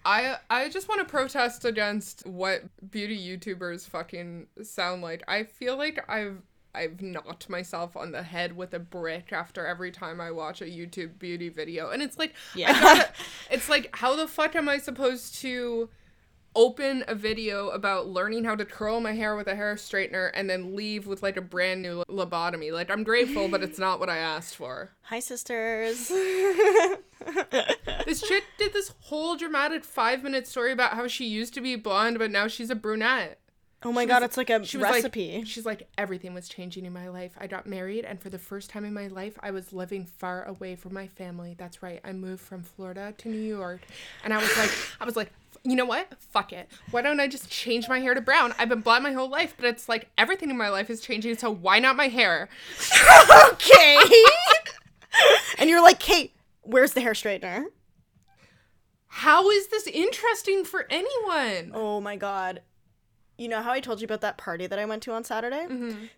A: I I just want to protest against what beauty YouTubers fucking sound like. I feel like I've I've knocked myself on the head with a brick after every time I watch a YouTube beauty video, and it's like I
B: Yeah.
A: gotta- it's like how the fuck am I supposed to open a video about learning how to curl my hair with a hair straightener and then leave with like a brand new lobotomy? Like I'm grateful, but it's not what I asked for.
B: Hi, sisters.
A: This chick did this whole dramatic five minute story about how she used to be blonde, but now she's a brunette.
B: Oh my god, it's like a
A: She was
B: recipe.
A: like, she's like, everything was changing in my life. I got married, and for the first time in my life, I was living far away from my family. That's right, I moved from Florida to New York, and I was like, I was like, you know what? Fuck it. Why don't I just change my hair to brown? I've been blonde my whole life, but it's like everything in my life is changing, so why not my hair?
B: okay. and you're like, Kate, where's the hair straightener?
A: How is this interesting for anyone?
B: Oh my god. You know how I told you about that party that I went to on Saturday?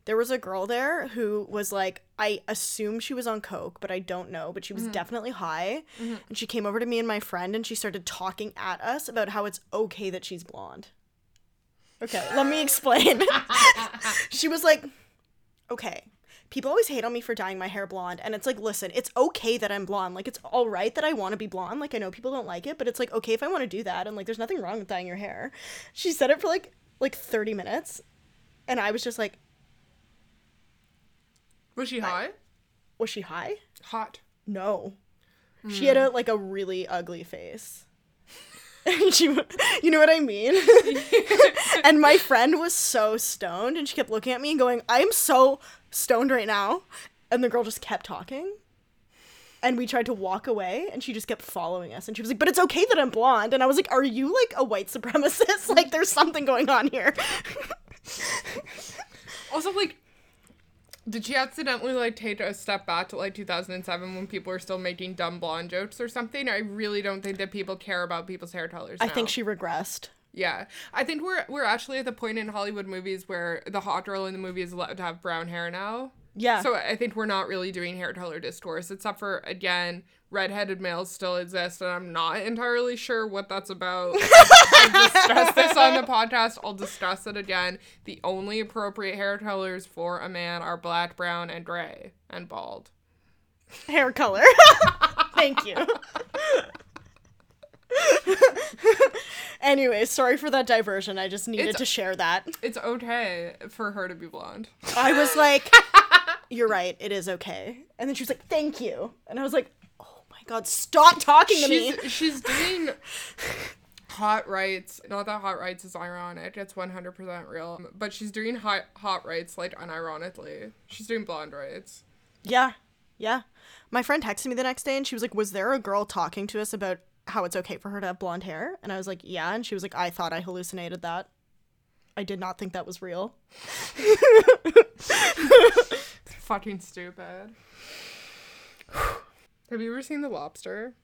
B: There was a girl there who was like, I assume she was on coke, but I don't know, but she was definitely high. And she came over to me and my friend and she started talking at us about how it's okay that she's blonde. Okay, let me explain. she was like, okay. People always hate on me for dyeing my hair blonde, and it's like, listen, it's okay that I'm blonde. Like, it's all right that I want to be blonde. Like, I know people don't like it, but it's like okay if I want to do that, and like, there's nothing wrong with dyeing your hair. She said it for like like 30 minutes, and I was just like,
A: Was she hot?
B: was she high?
A: Hot.
B: No, she had a like a really ugly face. And she, w- you know what I mean? and my friend was so stoned, and she kept looking at me and going, "I'm so stoned right now," and the girl just kept talking. And we tried to walk away, and she just kept following us. And she was like, "But it's okay that I'm blonde." And I was like, "Are you like a white supremacist? like, there's something going on here."
A: Also, like, did she accidentally like take a step back to like 2007 when people were still making dumb blonde jokes or something? I really don't think that people care about people's hair colors.
B: I
A: now.
B: think she regressed.
A: Yeah, I think we're we're actually at the point in Hollywood movies where the hot girl in the movie is allowed to have brown hair now.
B: Yeah.
A: So I think we're not really doing hair color discourse, except for again, redheaded males still exist, and I'm not entirely sure what that's about. I've discussed this on the podcast. I'll discuss it again. The only appropriate hair colors for a man are black, brown, and gray, and bald.
B: hair color. Thank you. anyway, sorry for that diversion. I just needed
A: It's-
B: to share that.
A: It's okay for her to be blonde.
B: I was like, "You're right. It is okay." And then she was like, "Thank you." And I was like, "Oh my god, stop talking to me."
A: She's, she's doing hot rights. Not that hot rights is ironic. It's one hundred percent real. But she's doing hot hot rights like unironically. She's doing blonde rights.
B: Yeah. Yeah. My friend texted me the next day and she was like, Was there a girl talking to us about how it's okay for her to have blonde hair? And I was like, Yeah. And she was like, I thought I hallucinated that. I did not think that was real.
A: Fucking stupid. Have you ever seen The Lobster?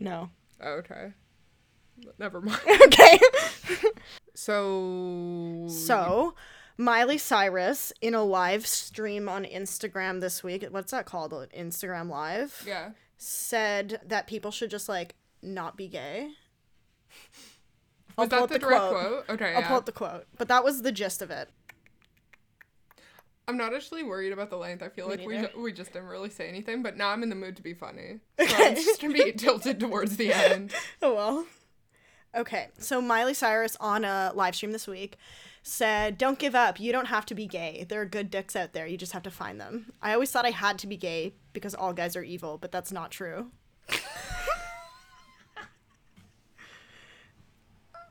B: No.
A: Oh, okay. Never mind.
B: Okay.
A: So
B: so, Miley Cyrus in a live stream on Instagram this week, what's that called? Instagram Live?
A: yeah.
B: Said that people should just like not be gay. pull
A: Was that
B: up
A: the, direct quote? Okay.
B: I'll
A: yeah.
B: pull up the quote, but that was the gist of it.
A: I'm not actually worried about the length. I feel like we,
B: neither.
A: ju- we just didn't really say anything, but now I'm in the mood to be funny. So I'm just gonna be tilted towards the end.
B: Oh well. Okay, so Miley Cyrus on a live stream this week said, "Don't give up. You don't have to be gay. There are good dicks out there. You just have to find them." I always thought I had to be gay because all guys are evil, but that's not true.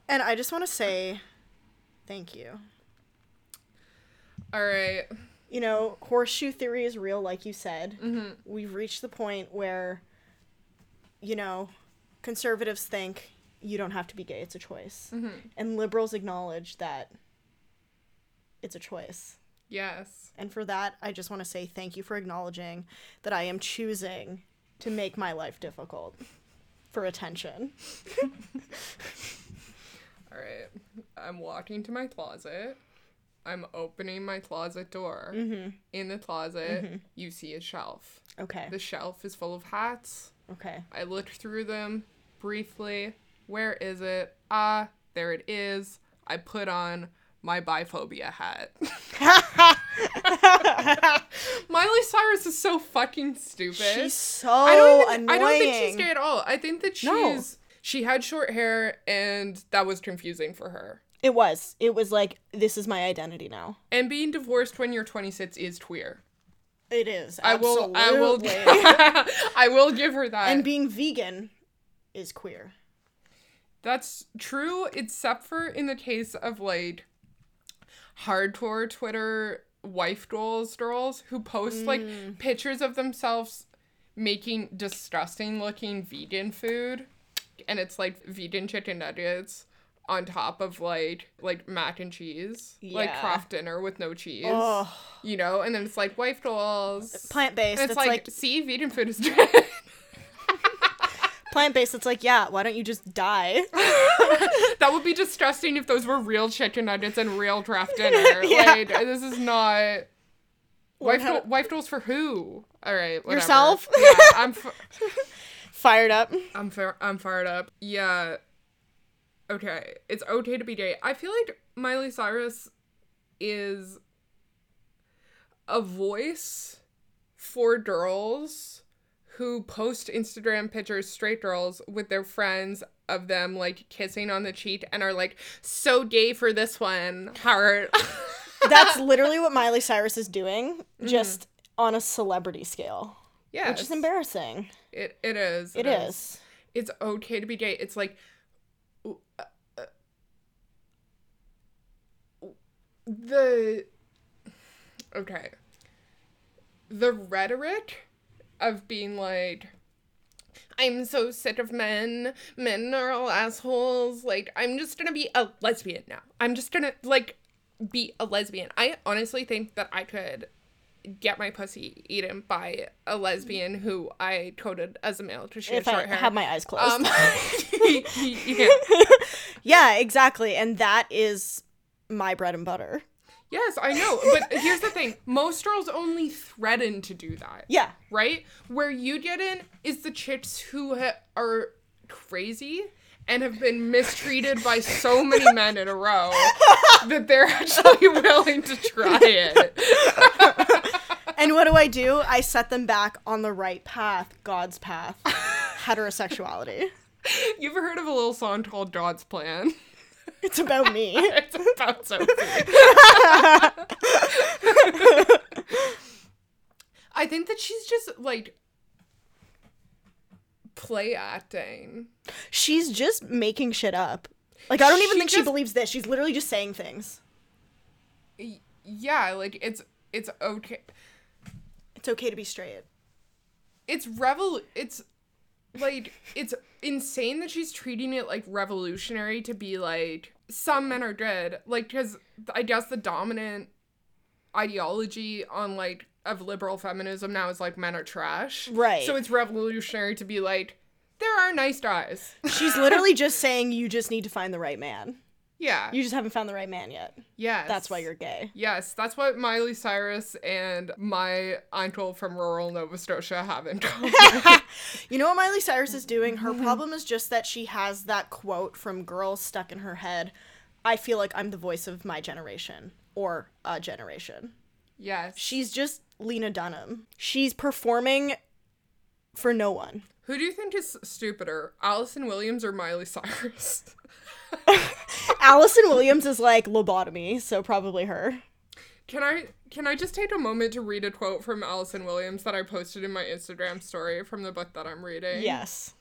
B: and I just want to say thank you.
A: All right.
B: You know, horseshoe theory is real like you said.
A: Mm-hmm.
B: We've reached the point where you know, conservatives think you don't have to be gay, it's a choice.
A: Mm-hmm.
B: And liberals acknowledge that it's a choice.
A: Yes.
B: And for that, I just want to say thank you for acknowledging that I am choosing to make my life difficult for attention.
A: All right. I'm walking to my closet. I'm opening my closet door. In the closet, you see a shelf.
B: Okay.
A: The shelf is full of hats.
B: Okay.
A: I looked through them briefly. Where is it? Ah, there it is. I put on my biphobia hat. Miley Cyrus is so fucking stupid.
B: She's so
A: I don't even,
B: Oh, annoying.
A: I don't think she's gay at all. I think that she's
B: No.
A: she had short hair and that was confusing for her.
B: It was. It was like this is my identity now.
A: And being divorced when you're 26 is queer.
B: It is.
A: I will I will
B: absolutely.
A: I will give her that.
B: and being vegan is queer.
A: That's true, except for in the case of like hardcore Twitter wife goals girls who post
B: Mm.
A: like pictures of themselves making disgusting looking vegan food and it's like vegan chicken nuggets on top of like like mac and cheese like
B: Yeah.
A: craft dinner with no cheese
B: Ugh.
A: you know and then it's like wife goals
B: Plant based.
A: and
B: It's,
A: it's like,
B: like,
A: see vegan food is good
B: plant based. It's like yeah. Why don't you just die?
A: That would be disgusting if those were real chicken nuggets and real draft dinner.
B: Yeah.
A: Like, this is not. Wife,
B: how-
A: do- wife duels for who? All right, whatever.
B: Yourself?
A: Yeah, I'm, f-
B: Fired up.
A: I'm, far- I'm fired up. Yeah. Okay, it's okay to be gay. I feel like Miley Cyrus is a voice for girls who post Instagram pictures, straight girls, with their friends of them like kissing on the cheek and are like, so gay for this one, heart.
B: That's literally what Miley Cyrus is doing,
A: Mm-hmm.
B: just on a celebrity scale,
A: yeah.
B: which is embarrassing.
A: It, it is.
B: It is.
A: It's okay to be gay. It's like, w- uh, uh, the. Okay. The rhetoric of being like, I'm so sick of men. Men are all assholes. Like, I'm just gonna be a lesbian now. I'm just gonna, like, be a lesbian. I honestly think that I could get my pussy eaten by a lesbian who I coded as a male because she had
B: If I
A: short hair.
B: have my eyes closed.
A: um, yeah.
B: yeah, exactly. And that is my bread and butter.
A: Yes, I know. But here's the thing most girls only threaten to do that.
B: Yeah.
A: Right? Where you get in is the chicks who ha- are crazy and have been mistreated by so many men in a row that they're actually willing to try it.
B: And what do I do? I set them back on the right path, God's path, heterosexuality.
A: You've ever heard of a little song called God's Plan?
B: It's about me.
A: It's about Sophie. I think that she's just like play acting.
B: She's just making shit up. Like I don't even
A: She
B: think she
A: just-
B: believes this. She's literally just saying things.
A: Y- Yeah, like it's it's okay.
B: It's okay to be straight.
A: It's revel it's like it's insane that she's treating it like revolutionary to be like some men are good. Like cuz I guess the dominant ideology on like of liberal feminism now is like men are trash.
B: Right.
A: So it's revolutionary to be like there are nice guys.
B: She's literally just saying you just need to find the right man.
A: Yeah.
B: You just haven't found the right man yet.
A: yes.
B: That's why you're gay.
A: Yes, that's what Miley Cyrus and my uncle from rural Nova Scotia have in common.
B: You know what Miley Cyrus is doing? Her problem is just that she has that quote from girls stuck in her head. I feel like I'm the voice of my generation or a generation.
A: yes.
B: She's just Lena Dunham. She's performing for no one.
A: Who do you think is stupider, Allison Williams or Miley Cyrus?
B: Allison Williams is like lobotomy, so probably her.
A: Can I can I just take a moment to read a quote from Allison Williams that I posted in my Instagram story from the book that I'm reading?
B: Yes.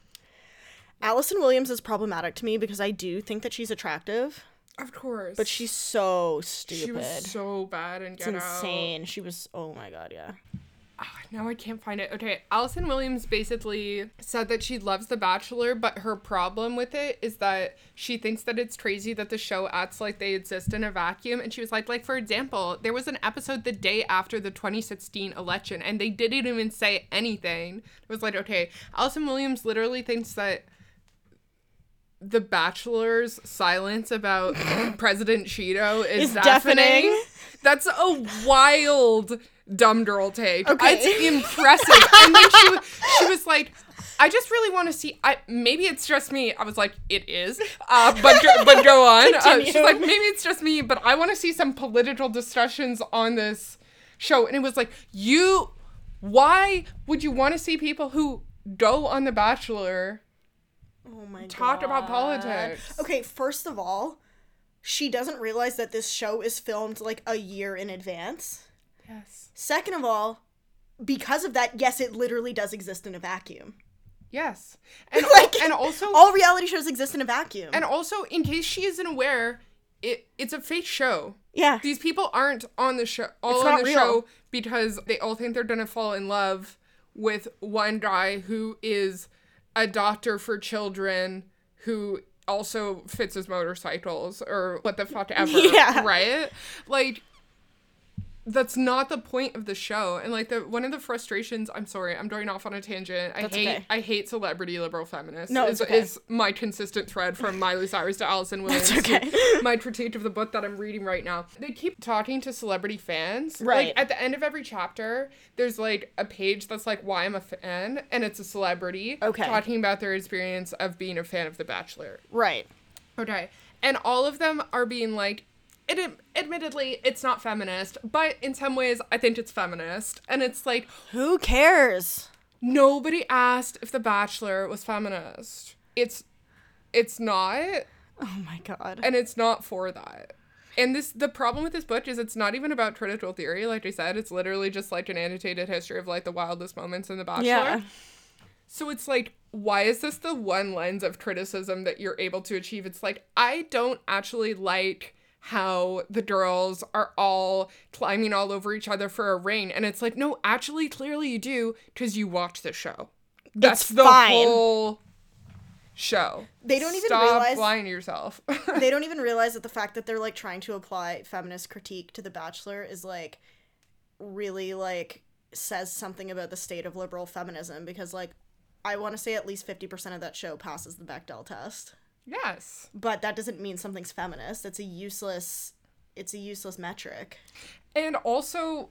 B: Allison Williams is problematic to me because I do think that she's attractive,
A: Of course.
B: but she's so stupid.
A: she was so bad and
B: it's
A: get out.
B: insane. She was oh my god, yeah.
A: Ah, Now I can't find it. Okay, Allison Williams basically said that she loves The Bachelor, but her problem with it is that she thinks that it's crazy that the show acts like they exist in a vacuum. And she was like, like for example, there was an episode the day after the 2016 election, and they didn't even say anything. It was like, okay, Allison Williams literally thinks that the Bachelor's silence about President Cheeto is
B: Is
A: deafening.
B: deafening.
A: That's a wild dumb girl take.
B: Okay.
A: It's impressive. and then she, wa- she was like, I just really want to see. I maybe it's just me. I was like, it is. Uh, but go, but go on. Uh, she's
B: Continue.
A: like, maybe it's just me, but I want to see some political discussions on this show. And it was like, you, why would you want to see people who go on The Bachelor?
B: Oh my
A: Talk
B: god.
A: about politics.
B: Okay, first of all, she doesn't realize that this show is filmed like a year in advance.
A: Yes.
B: Second of all, because of that, yes, it literally does exist in a vacuum.
A: Yes. And,
B: Like-
A: and also
B: All reality shows exist in a vacuum.
A: and also in case she isn't aware, it it's a fake show.
B: yeah.
A: These people aren't on the show all
B: It's
A: on
B: not
A: the
B: real.
A: show because they all think they're gonna fall in love with one guy who is a doctor for children who also fixes motorcycles or what the fuck ever.
B: Yeah.
A: Right? Like that's not the point of the show. And like the one of the frustrations, I'm sorry, I'm going off on a tangent. I
B: That's
A: hate
B: okay.
A: I hate celebrity liberal feminists.
B: No, it's
A: is,
B: okay.
A: is my consistent thread from Miley Cyrus to Allison Williams.
B: That's okay.
A: to my critique of the book that I'm reading right now. They keep talking to celebrity fans.
B: Right.
A: Like at the end of every chapter, there's like a page that's like why I'm a fan and it's a celebrity
B: Okay.
A: talking about their experience of being a fan of The Bachelor.
B: Right.
A: Okay. And all of them are being like, it, admittedly, it's not feminist, but in some ways, I think it's feminist. And it's like,
B: Who cares?
A: nobody asked if The Bachelor was feminist. It's, it's not,
B: Oh my god.
A: and it's not for that. And this, the problem with this book is it's not even about critical theory. Like I said, it's literally just like an annotated history of like the wildest moments in The Bachelor. So it's like, why is this the one lens of criticism that you're able to achieve? It's like, I don't actually like how the girls are all climbing all over each other for a ring. And it's like, no, actually, clearly you do because you watch the show. That's
B: It's
A: the
B: fine.
A: whole show.
B: They don't even
A: Stop
B: realize-
A: lying to yourself.
B: they don't even realize that the fact that they're like trying to apply feminist critique to the bachelor is like really like says something about the state of liberal feminism because like i want to say at least 50% of that show passes the bechdel test
A: yes.
B: but that doesn't mean something's feminist it's a useless it's a useless metric.
A: And also,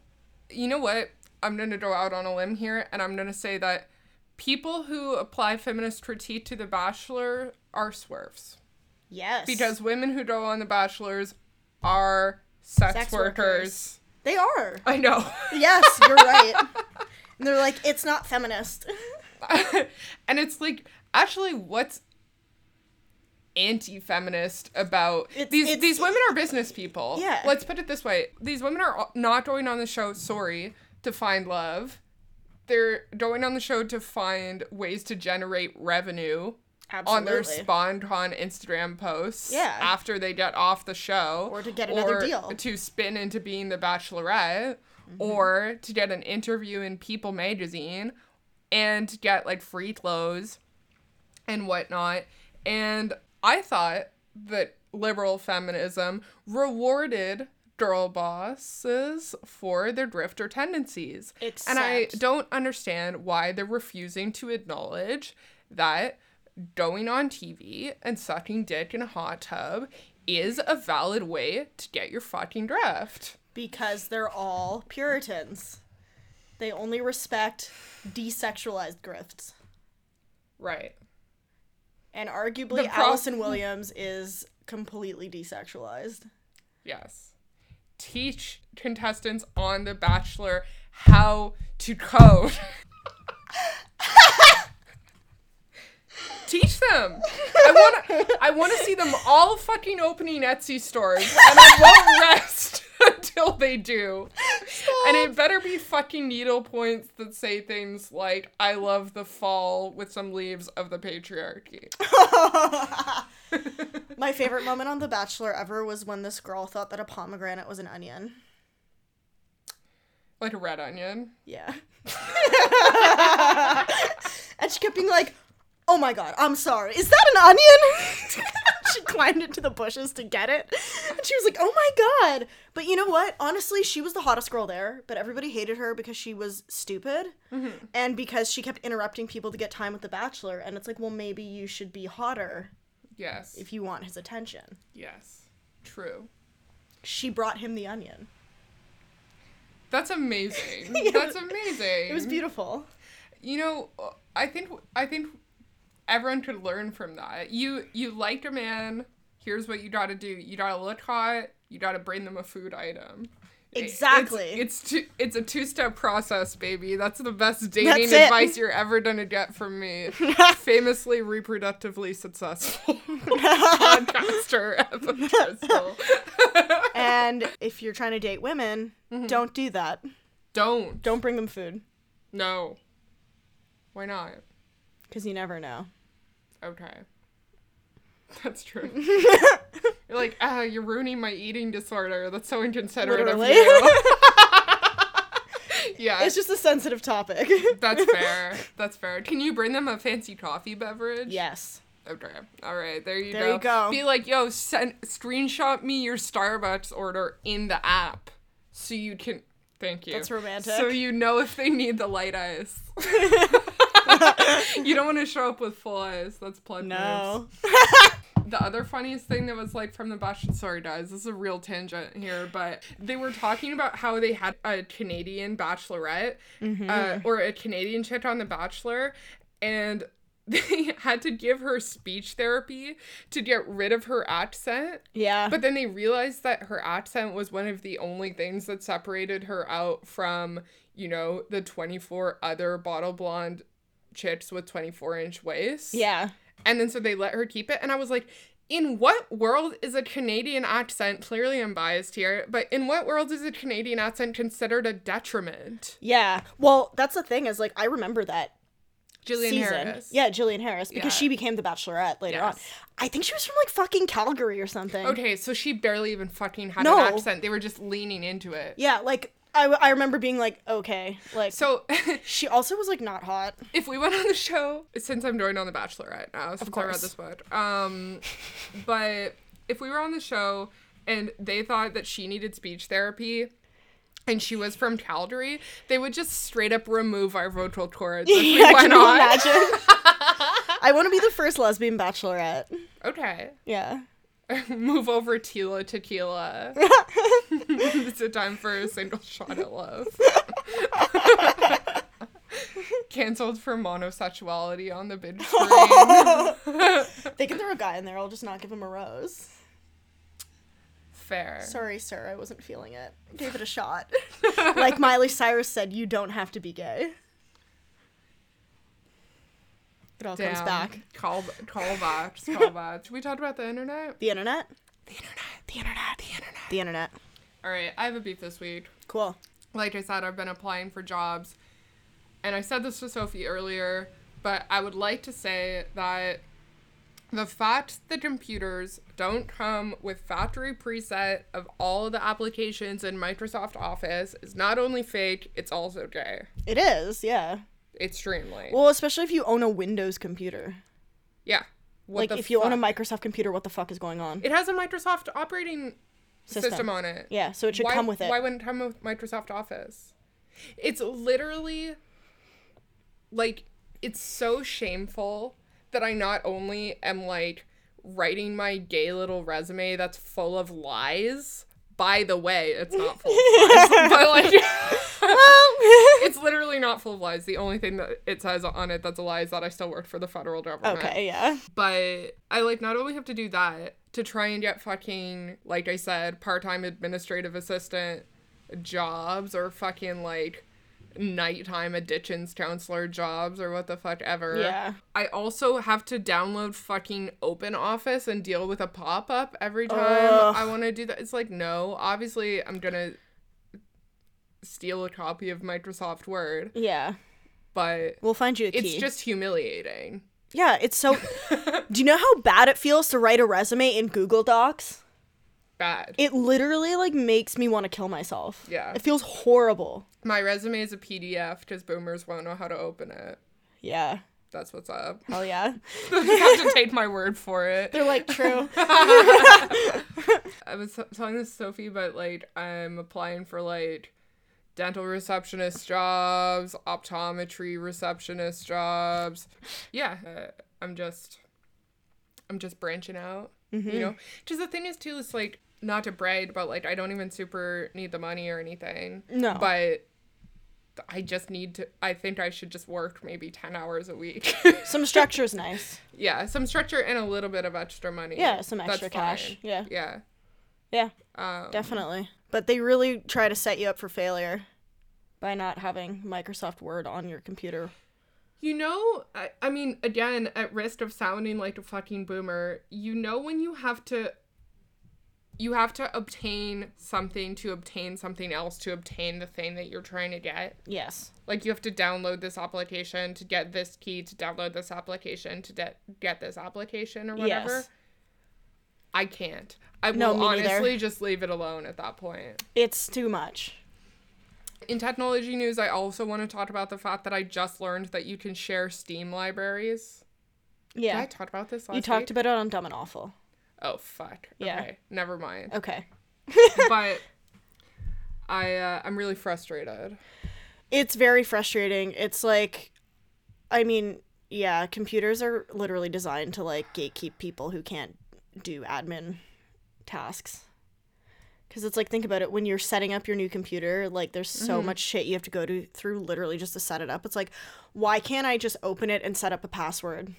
A: you know what? I'm going to go out on a limb here and I'm going to say that people who apply feminist critique to The Bachelor are swerves.
B: Yes.
A: Because women who go on The Bachelors are sex,
B: Sex
A: workers.
B: workers. they are.
A: I know.
B: Yes, you're right. And they're like, it's not feminist.
A: and it's like, actually, what's anti-feminist about
B: It's-
A: these
B: it's-
A: these women are business people
B: Yeah.
A: let's put it this way these women are not going on the show sorry to find love they're going on the show to find ways to generate revenue
B: Absolutely.
A: on their SpawnCon Instagram posts
B: Yeah.
A: after they get off the show.
B: Or to get another
A: or
B: deal. Mm-hmm.
A: To spin into being the bachelorette or to get an interview in People magazine and to get like free clothes and whatnot. And I thought that liberal feminism rewarded girl bosses for their drifter tendencies. And I
B: Except-
A: don't understand why they're refusing to acknowledge that going on TV and sucking dick in a hot tub is a valid way to get your fucking drift.
B: because they're all Puritans. They only respect desexualized grifts.
A: Right.
B: And arguably,
A: The pro-
B: Allison Williams is completely desexualized.
A: Yes. Teach contestants on The Bachelor how to code. Teach them. I want to. I want to see them all fucking opening Etsy stores, and I won't rest until they do. And it better be fucking needle points that say things like "I love the fall" with some leaves of the patriarchy.
B: My favorite moment on The Bachelor ever was when this girl thought that a pomegranate was an onion.
A: Like a red onion.
B: Yeah. and she kept being like, oh my god, I'm sorry. Is that an onion? she climbed into the bushes to get it. And she was like, oh my god. But you know what? Honestly, she was the hottest girl there, but everybody hated her because she was stupid and because she kept interrupting people to get time with The Bachelor. And it's like, well, maybe you should be hotter
A: Yes.
B: if you want his attention.
A: Yes. True.
B: She brought him the onion.
A: That's amazing.
B: It
A: That's
B: was-
A: amazing.
B: It was beautiful.
A: You know, I think I think everyone could learn from that. You you like a man. Here's what you gotta do. You gotta look hot. You gotta bring them a food item. I- it's-
B: Exactly.
A: It's two, it's a two step process, baby. That's the best dating
B: That's it.
A: advice you're ever gonna get from me. Famously reproductively successful podcaster Emma Driscoll.
B: and if you're trying to date women, don't do that.
A: Don't
B: Don't bring them food
A: no. Why not?
B: because you never know.
A: Okay. That's true. you're like, ah, you're ruining my eating disorder. That's so inconsiderate
B: Literally.
A: of you. yeah,
B: It's just a sensitive topic.
A: that's fair. That's fair. Can you bring them a fancy coffee beverage?
B: yes.
A: Okay. All right. There you
B: There
A: go.
B: you go.
A: Be like, yo, send screenshot me your Starbucks order in the app, so you can. Thank you.
B: That's romantic.
A: So you know if they need the light eyes. you don't want to show up with full eyes. That's plug moves.
B: No.
A: The other funniest thing that was like from the Bachelor, sorry guys, this is a real tangent here, but they were talking about how they had a Canadian bachelorette
B: Mm-hmm.
A: uh, or a Canadian chick on The Bachelor, and they had to give her speech therapy to get rid of her accent.
B: Yeah.
A: But then they realized that her accent was one of the only things that separated her out from, you know, the 24 other bottle blonde chicks with 24 inch waists.
B: yeah.
A: And then so they let her keep it. And I was like, in what world is a Canadian accent, clearly I'm biased here, but in what world is a Canadian accent considered a detriment?
B: Yeah. Well, that's the thing is like I remember that
A: Jillian
B: season.
A: Harris.
B: Yeah, Jillian Harris because
A: Yeah.
B: she became the Bachelorette later on.
A: Yes.
B: I think she was from like fucking Calgary or something.
A: Okay, so she barely even fucking had
B: No.
A: an accent. They were just leaning into it.
B: Yeah, like I, I remember being like okay, like
A: So
B: she also was like not hot.
A: if we went on the show, since I'm going on The Bachelorette now, since I read
B: course.
A: this book, um, but if we were on the show and they thought that she needed speech therapy and she was from Calgary, they would just straight up remove our vocal cords if we
B: yeah,
A: went
B: can you
A: on.
B: imagine? I want to be the first lesbian Bachelorette.
A: Okay,
B: Yeah.
A: move over Tila Tequila. it's a time for a single shot at love. Cancelled for monosexuality on the bid screen.
B: They can throw a guy in there. I'll just not give him a rose.
A: Fair.
B: Sorry, sir. I wasn't feeling it. Gave it a shot. like Miley Cyrus said, you don't have to be gay. It all comes
A: Damn.
B: back.
A: Call callbacks, callbacks. Should we talk about the internet?
B: The internet?
A: The internet, the internet, the internet.
B: The internet.
A: All right, I have a beef this week.
B: Cool.
A: like I said, I've been applying for jobs. And I said this to Sophie earlier, but I would like to say that the fact that computers don't come with factory preset of all the applications in Microsoft Office is not only fake, it's also gay.
B: It is, yeah.
A: It's streamlined.
B: Well, especially if you own a Windows computer.
A: yeah. What
B: like,
A: the
B: if you own a
A: fuck?
B: Microsoft computer, what the fuck is going on?
A: It has a Microsoft operating
B: System.
A: system, on it.
B: yeah, so it should
A: why,
B: come with it.
A: Why wouldn't it come with Microsoft Office? It's literally like it's so shameful that I not only am like writing my gay little resume that's full of lies. By the way, it's not full of lies, but like it's literally not full of lies. The only thing that it says on it that's a lie is that I still work for the federal government
B: okay, yeah.
A: but I like not only have to do that to try and get fucking like I said part-time administrative assistant jobs or fucking like nighttime addictions counselor jobs or what the fuck ever.
B: Yeah.
A: I also have to download fucking open office and deal with a pop-up every time
B: Ugh.
A: I want to do that. It's like no, obviously I'm going to steal a copy of Microsoft Word,
B: Yeah.
A: but
B: We'll find you a key.
A: it's just humiliating.
B: yeah, it's so. Do you know how bad it feels to write a resume in Google Docs?
A: Bad.
B: It literally like makes me want to kill myself.
A: Yeah.
B: It feels horrible.
A: My resume is a PDF because boomers won't know how to open it.
B: Yeah.
A: That's what's up.
B: Hell yeah.
A: you have to take my word for it.
B: They're like true.
A: I was t- telling this to Sophie, but like I'm applying for like dental receptionist jobs, optometry receptionist jobs. Yeah, uh, I'm just, I'm just branching out.
B: Mm-hmm.
A: You know, because the thing is too, it's like not to brag, but like I don't even super need the money or anything.
B: No.
A: but. I just need to. I think I should just work maybe 10 hours a week.
B: Some structure's nice.
A: Yeah, some structure and a little bit of extra money.
B: Yeah, some extra
A: That's
B: cash.
A: fine.
B: Yeah.
A: Yeah.
B: Yeah.
A: Um,
B: Definitely. But they really try to set you up for failure by not having Microsoft Word on your computer.
A: you know, I, I mean, again, at risk of sounding like a fucking boomer, you know when you have to you have to obtain something to obtain something else to obtain the thing that you're trying to get.
B: Yes.
A: Like you have to download this application to get this key to download this application to de- get this application or whatever.
B: Yes.
A: I can't. I
B: No,
A: will
B: me neither.
A: honestly just leave it alone at that point.
B: It's too much.
A: In technology news, I also want to talk about the fact that I just learned that you can share Steam libraries.
B: Yeah.
A: Did I talk about this last
B: you talked
A: week?
B: about it on Dumb and Awful.
A: Oh fuck.
B: Yeah.
A: Okay. Never mind.
B: Okay.
A: but I uh, I'm really frustrated.
B: It's very frustrating. It's like I mean, yeah, computers are literally designed to like gatekeep people who can't do admin tasks. Cuz it's like think about it when you're setting up your new computer, like there's so
A: Mm-hmm.
B: much shit you have to go to through literally just to set it up. It's like why can't I just open it and set up a password,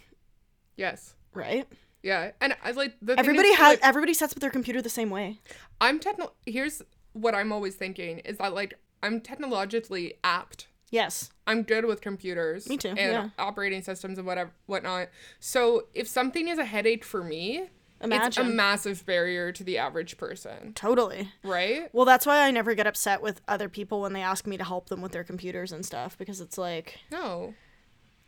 A: Yes.
B: right?
A: Yeah. And I like the thing is,
B: Everybody has
A: like,
B: everybody sets up their computer the same way.
A: I'm techno. Here's what I'm always thinking is that like I'm technologically apt
B: Yes.
A: I'm good with computers.
B: Me too,
A: And
B: yeah.
A: operating systems and whatever whatnot. So if something is a headache for me, it's a
B: Imagine.
A: massive barrier to the average person,
B: Totally.
A: right?
B: Well, that's why I never get upset with other people when they ask me to help them with their computers and stuff because it's like
A: No.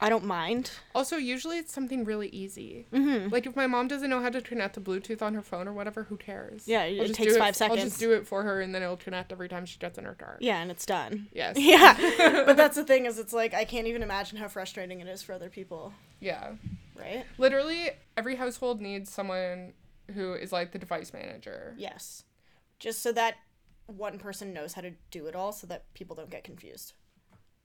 B: I don't mind.
A: Also, usually it's something really easy. Mm-hmm. Like if my mom doesn't know how to connect the Bluetooth on her phone or whatever, who cares?
B: Yeah, it takes
A: do
B: five
A: I'll
B: seconds.
A: just do it for her, and then it'll connect every time she gets in her car.
B: Yeah, and it's done.
A: Yes.
B: Yeah. but that's the thing is it's like I can't even imagine how frustrating it is for other people,
A: Yeah.
B: right?
A: Literally, every household needs someone who is like the device manager.
B: Yes. Just so that one person knows how to do it all so that people don't get confused.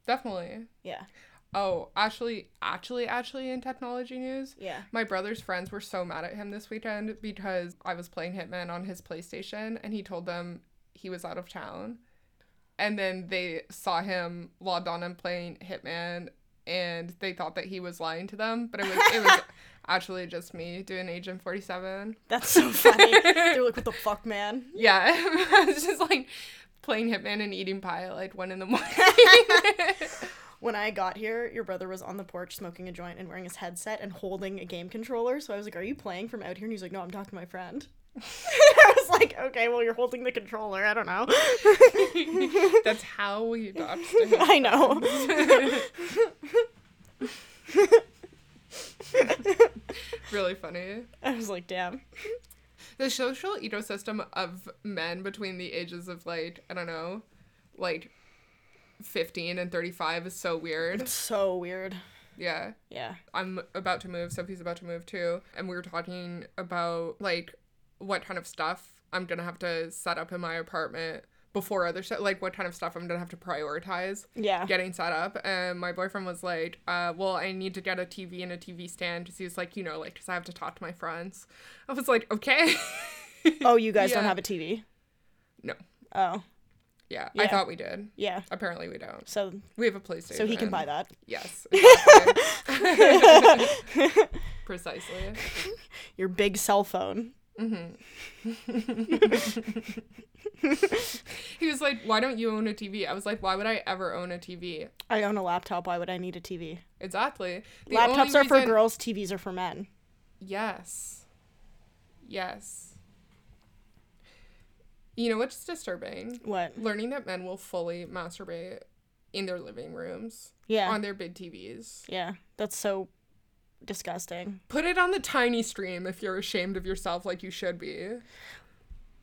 A: Definitely.
B: Yeah.
A: Oh, actually, actually, actually, in technology news,
B: Yeah.
A: my brother's friends were so mad at him this weekend because I was playing Hitman on his PlayStation and he told them he was out of town. And then they saw him logged on and playing Hitman and they thought that he was lying to them, but it was it was actually just me doing Agent 47.
B: That's so funny. They're like, what the fuck, man?
A: Yeah, I was just like playing Hitman and eating pie at like one in the morning.
B: When I got here, your brother was on the porch smoking a joint and wearing his headset and holding a game controller. So I was like, Are you playing from out here? And he's like, No, I'm talking to my friend. I was like, Okay, well, you're holding the controller. I don't know.
A: That's how we dodged him.
B: I know.
A: really funny.
B: I was like, Damn.
A: the social ecosystem of men between the ages of like I don't know, like fifteen and thirty five is so weird.
B: So weird.
A: Yeah,
B: Yeah.
A: I'm about to move. Sophie's about to move too, and we were talking about like what kind of stuff I'm gonna have to set up in my apartment before other stuff. Like what kind of stuff I'm gonna have to prioritize
B: Yeah.
A: getting set up and my boyfriend was like uh, well i need to get a tv and a tv stand because he was like you know like because i have to talk to my friends i was like okay
B: Oh, you guys don't
A: Yeah.
B: have a TV?
A: no
B: Oh,
A: Yeah, I
B: Yeah.
A: thought we did.
B: yeah.
A: Apparently, we don't.
B: So,
A: We have a PlayStation.
B: so he can buy that.
A: Yes. exactly. Precisely.
B: Your big cell phone.
A: He was like, "Why don't you own a TV?" I was like, "Why would I ever own a TV?"
B: I own a laptop. Why would I need a TV?
A: Exactly. The
B: Laptops
A: only
B: are for
A: reason-
B: girls. TVs are for men.
A: Yes. Yes. You know what's disturbing?
B: What?
A: Learning that men will fully masturbate in their living rooms
B: Yeah.
A: on their big TVs.
B: Yeah, that's so disgusting.
A: Put it on the tiny stream if you're ashamed of yourself, like you should be.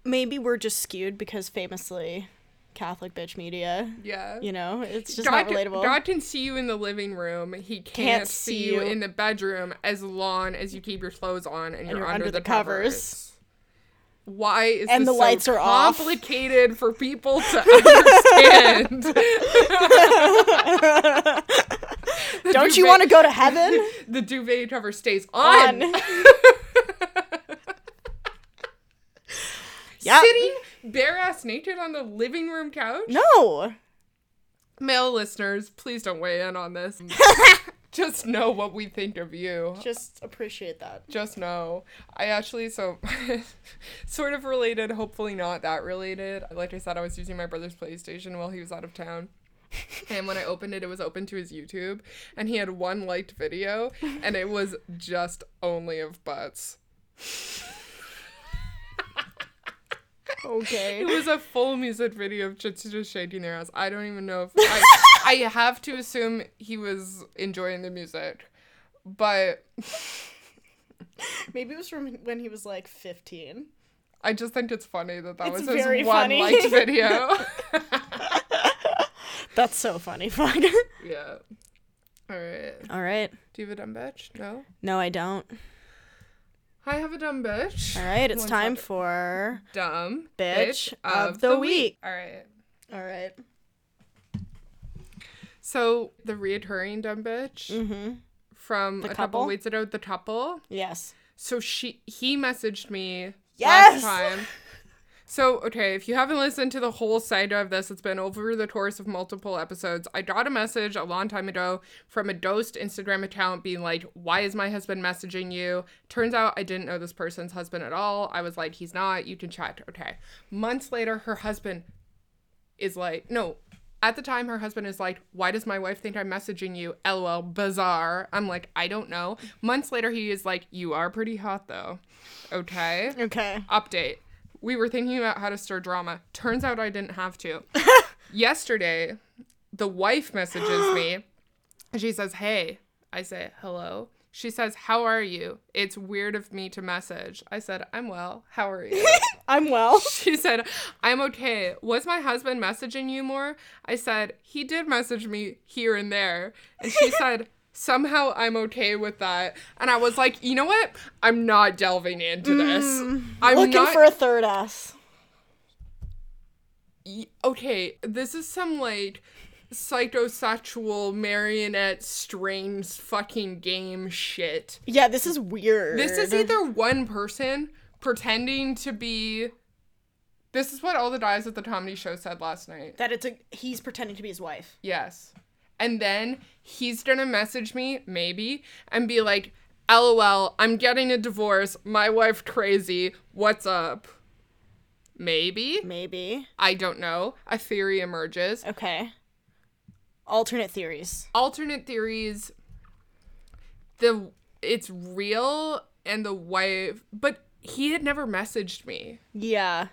B: Maybe we're just skewed because famously Catholic bitch media,
A: Yeah.
B: you know, it's just
A: God,
B: not relatable.
A: God can see you in the living room. He can't, see, you in the bedroom as long as you keep your clothes on and, you're, under, the, covers. Why is
B: And
A: this
B: the
A: so
B: lights are off.
A: complicated for people to understand?
B: Don't you
A: duvet-
B: want to go to heaven?
A: the duvet cover stays on.
B: On. yeah.
A: Sitting bare ass naked on the living room couch.
B: No.
A: Male listeners, please don't weigh in on this. Just know what we think of you.
B: Just appreciate that.
A: just know i actually so sort of related hopefully not that related like i said i was using my brother's playstation while he was out of town and when i opened it it was open to his youtube and he had one liked video and it was just only of butts
B: Okay.
A: it was a full music video of chits just shaking their ass i don't even know if I, I have to assume he was enjoying the music but
B: Maybe it was from when he was like 15.
A: I just think it's funny that that
B: It's
A: was his
B: very
A: one
B: funny.
A: liked video.
B: That's so funny. Fuck.
A: yeah. All right.
B: All right.
A: Do you have a dumb bitch? No.
B: No, I don't.
A: I have a dumb bitch.
B: All right. It's
A: One
B: time
A: second.
B: for.
A: dumb
B: Bitch of the week.
A: All right.
B: All right.
A: So the reoccurring dumb bitch
B: Mm-hmm.
A: from
B: The
A: a couple
B: couple?
A: weeks ago, the couple.
B: Yes.
A: So she he messaged me
B: Yes!
A: last time. So, okay, if you haven't listened to the whole side of this, it's been over the course of multiple episodes. I got a message a long time ago from a dosed Instagram account being like, Why is my husband messaging you? Turns out I didn't know this person's husband at all. I was like, He's not. You can check. Okay. Months later, her husband is like, No. At the time, her husband is like, Why does my wife think I'm messaging you? LOL, bizarre. I'm like, I don't know. Months later, he is like, You are pretty hot though. Okay
B: Okay.
A: update. We were thinking about how to stir drama. Turns out I didn't have to. Yesterday, the wife messages me and she says, Hey. I say, Hello. She says, How are you? It's weird of me to message. I said, I'm well. How are you?
B: I'm well.
A: she said, I'm okay. Was my husband messaging you more? I said, He did message me here and there. And she said, Somehow I'm okay with that. And I was like, You know what? I'm not delving into this.
B: Mm.
A: I'm
B: Looking
A: not
B: for a third S.
A: y- okay, this is some like psychosexual marionette strange fucking game shit.
B: Yeah, this is weird.
A: This is either one person pretending to be. This is what all the guys at the comedy show said last night.
B: that it's a he's pretending to be his wife.
A: Yes. And then he's gonna message me, maybe, and be like, LOL, I'm getting a divorce. My wife crazy. What's up? Maybe.
B: Maybe.
A: I don't know. A theory emerges.
B: Okay. Alternate theories.
A: alternate theories the it's real and the wife but he had never messaged me
B: Yeah.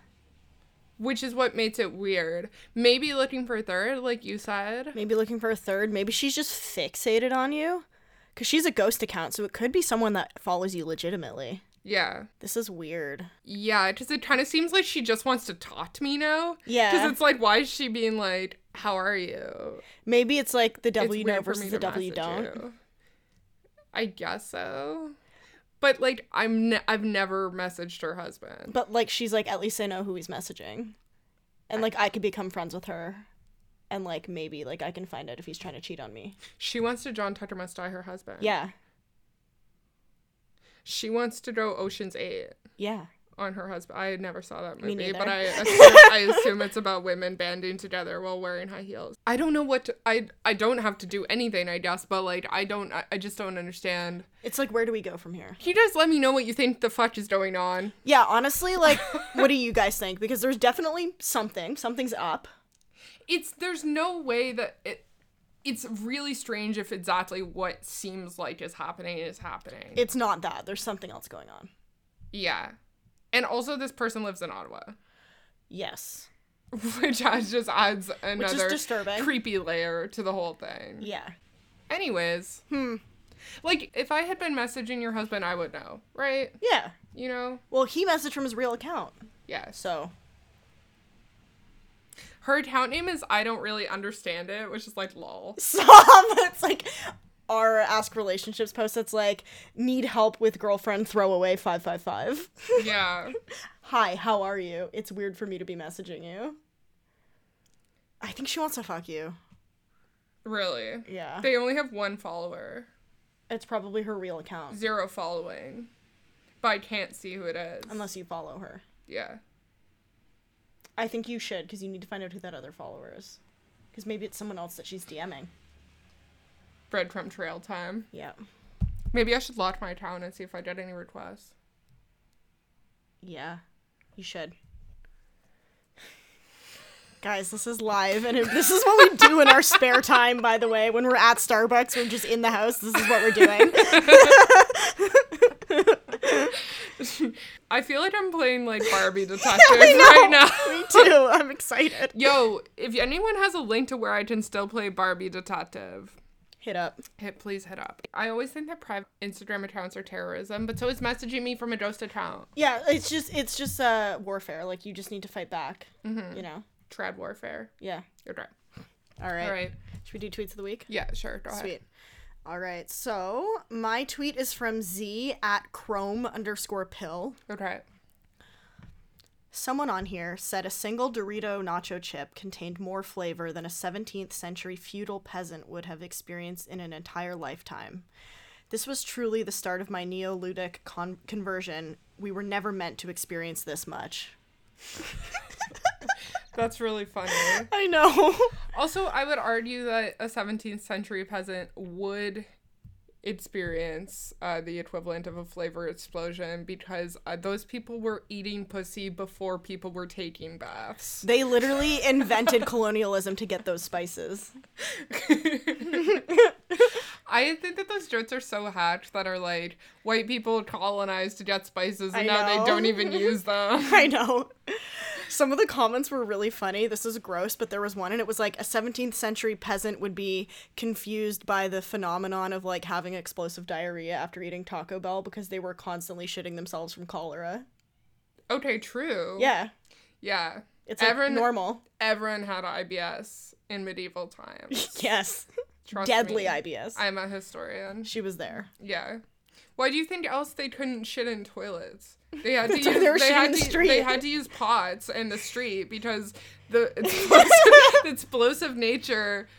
A: which is what makes it weird maybe looking for a third like you said
B: Maybe looking for a third. Maybe she's just fixated on you. Because she's a ghost account, so it could be someone that follows you legitimately.
A: yeah
B: This is weird.
A: yeah because it kind of seems like she just wants to talk to me now because
B: Yeah.
A: it's like why is she being like how are you
B: Maybe it's like the
A: It's
B: W
A: weird
B: know
A: for
B: versus
A: me
B: the
A: to
B: W
A: message
B: don't.
A: you. i guess so but like i'm ne- i've never messaged her husband
B: But like she's like, at least I know who he's messaging. And like I could become friends with her. And like maybe like I can find out if he's trying to cheat on me.
A: She wants to John Tucker Must Die her husband.
B: Yeah.
A: She wants to go Ocean's Eight
B: Yeah.
A: on her husband. I never saw that
B: Me
A: movie, but
B: neither.
A: I assume, I assume it's about women banding together while wearing high heels. I don't know what to, I I don't have to do anything, I guess, but like I don't I, I just don't understand.
B: It's like where do we go from here?
A: Can you guys let me know what you think the fuck is going on?
B: Yeah, honestly, like what do you guys think? Because there's definitely something. Something's up.
A: It's there's no way that it it's really strange if exactly what seems like is happening is happening.
B: It's not that. There's something else going on.
A: yeah. And also this person lives in Ottawa,
B: Yes.
A: which adds- just adds
B: Which
A: another
B: is disturbing.
A: creepy layer to the whole thing.
B: yeah.
A: Anyways. Hmm. Like, if I had been messaging your husband, I would know, right?
B: Yeah.
A: You know?
B: Well, he messaged from his real account.
A: Yes.
B: So,
A: Her account name is I Don't Really Understand It, which is like lol.
B: so it's like our ask relationships post that's like need help with girlfriend throwaway 555.
A: Yeah.
B: Hi, how are you? It's weird for me to be messaging you. I think she wants to fuck you.
A: Really.
B: Yeah.
A: They only have one follower,
B: It's probably her real account
A: zero following. But I can't see who it is.
B: unless you follow her.
A: yeah.
B: I think you should because you need to find out who that other follower is. Because maybe it's someone else that she's DMing.
A: Breadcrumb trail time.
B: Yeah.
A: Maybe I should lock my account and see if I get any requests.
B: Yeah. You should. Guys, this is live, and it, this is what we do in our spare time, by the way. When we're at Starbucks, we're just in the house. This is what we're doing.
A: I feel like I'm playing like Barbie detective right now.
B: Me too. I'm excited.
A: Yo, if anyone has a link to where I can still play Barbie Detective,
B: Hit up.
A: hit please hit up. I always think that private Instagram accounts are terrorism, but so is messaging me from a ghost account.
B: Yeah, it's just it's just uh warfare. Like you just need to fight back. You know.
A: Trad warfare.
B: Yeah.
A: You're right.
B: All right.
A: All right.
B: Should we do tweets of the week?
A: Yeah, sure. Go ahead.
B: Sweet. All right. So my tweet is from Z at Chrome underscore pill.
A: Okay.
B: Someone on here said a single Dorito nacho chip contained more flavor than a 17th century feudal peasant would have experienced in an entire lifetime. This was truly the start of my neoludic con- conversion. We were never meant to experience this much.
A: That's really funny.
B: I know.
A: Also, I would argue that a 17th century peasant would experience uh, the equivalent of a flavor explosion because uh, those people were eating pussy before people were taking baths.
B: they literally invented colonialism to get those spices.
A: I think that those jokes are so hacked that are like white people colonized to get spices and
B: I
A: now they
B: know.
A: don't even use them.
B: I know. Some of the comments were really funny. This is gross, but there was one, and it was like a 17th century peasant would be confused by the phenomenon of like having explosive diarrhea after eating Taco Bell because they were constantly shitting themselves from cholera.
A: Okay, true.
B: Yeah,
A: Yeah.
B: it's like
A: Everyone-
B: normal.
A: Everyone had IBS in medieval times.
B: yes,
A: Trust
B: deadly
A: me.
B: IBS.
A: I'm a historian.
B: she was there.
A: Yeah. Why do you think else they couldn't shit in toilets? They had to use
B: They
A: they,
B: were shitting
A: had
B: in the
A: to,
B: street.
A: they had to use pots in the street because the explosive, the explosive nature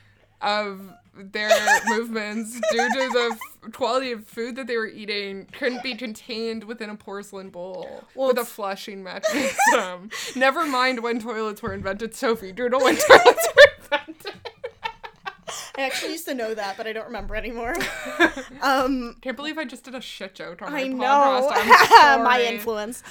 A: of their movements due to the f- quality of food that they were eating couldn't be contained within a porcelain bowl
B: Well,
A: with a
B: it's-
A: flushing mechanism. Never mind when toilets were invented, Sophie Doodle when toilets were invented.
B: I actually used to know that, but I don't remember anymore. Um,
A: Can't believe I just did a shit joke on my
B: I know
A: podcast. I'm
B: my
A: sorry.
B: influence.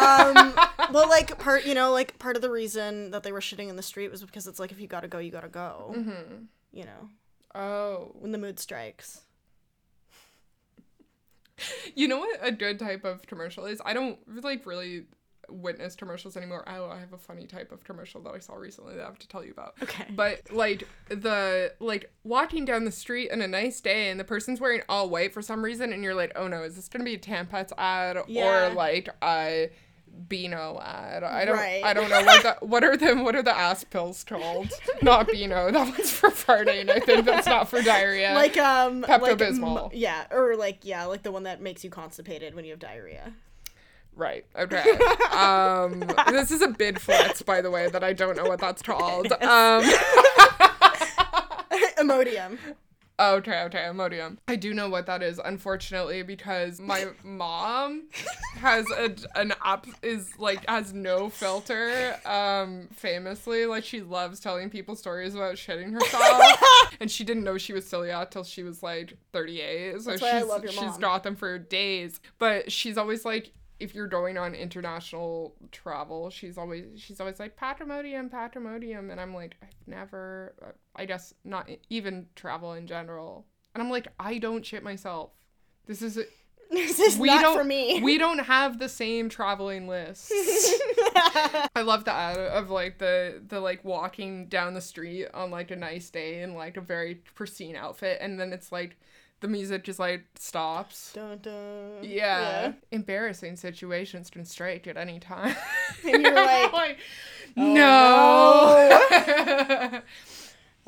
B: Um, well, like part, you know, like part of the reason that they were shitting in the street was because it's like if you gotta go, you gotta go.
A: Mm-hmm.
B: You know,
A: Oh.
B: when the mood strikes.
A: You know what a good type of commercial is? I don't like really witness commercials anymore. Oh, I have a funny type of commercial that I saw recently that I have to tell you about.
B: Okay.
A: But like the like walking down the street on a nice day and the person's wearing all white for some reason and you're like, oh no, is this gonna be a Tampets ad
B: Yeah.
A: or like a Beano ad? I don't
B: Right.
A: I don't know what the what are the what are the ass pills called? Not Beano. That one's for farting. I think that's not for diarrhea.
B: Like um, like,
A: Pepto-Bismol.
B: m- yeah, or like yeah, like the one that makes you constipated when you have diarrhea.
A: Right. Okay. Um, this is a bid flex, by the way, that I don't know what that's called. Um,
B: Imodium.
A: Um, okay. Okay. Imodium. I do know what that is, unfortunately, because my mom has a, an app is like has no filter. Um, famously, like she loves telling people stories about shitting herself, and she didn't know she was celiac till she was like 38. So
B: That's why I
A: she's
B: love your
A: she's
B: mom.
A: got them for days, but she's always like. If you're going on international travel, she's always she's always like patrimonium, patrimonium, and I'm like I've never, I guess not e, even travel in general, and I'm like I don't shit myself. This is
B: this is
A: we
B: not
A: don't
B: for me.
A: we don't have the same traveling lists. I love the ad of like the the like walking down the street on like a nice day in like a very pristine outfit, and then it's like the music just like stops.
B: Dun, dun.
A: Yeah. embarrassing situations can strike at any time.
B: And you're like,
A: no.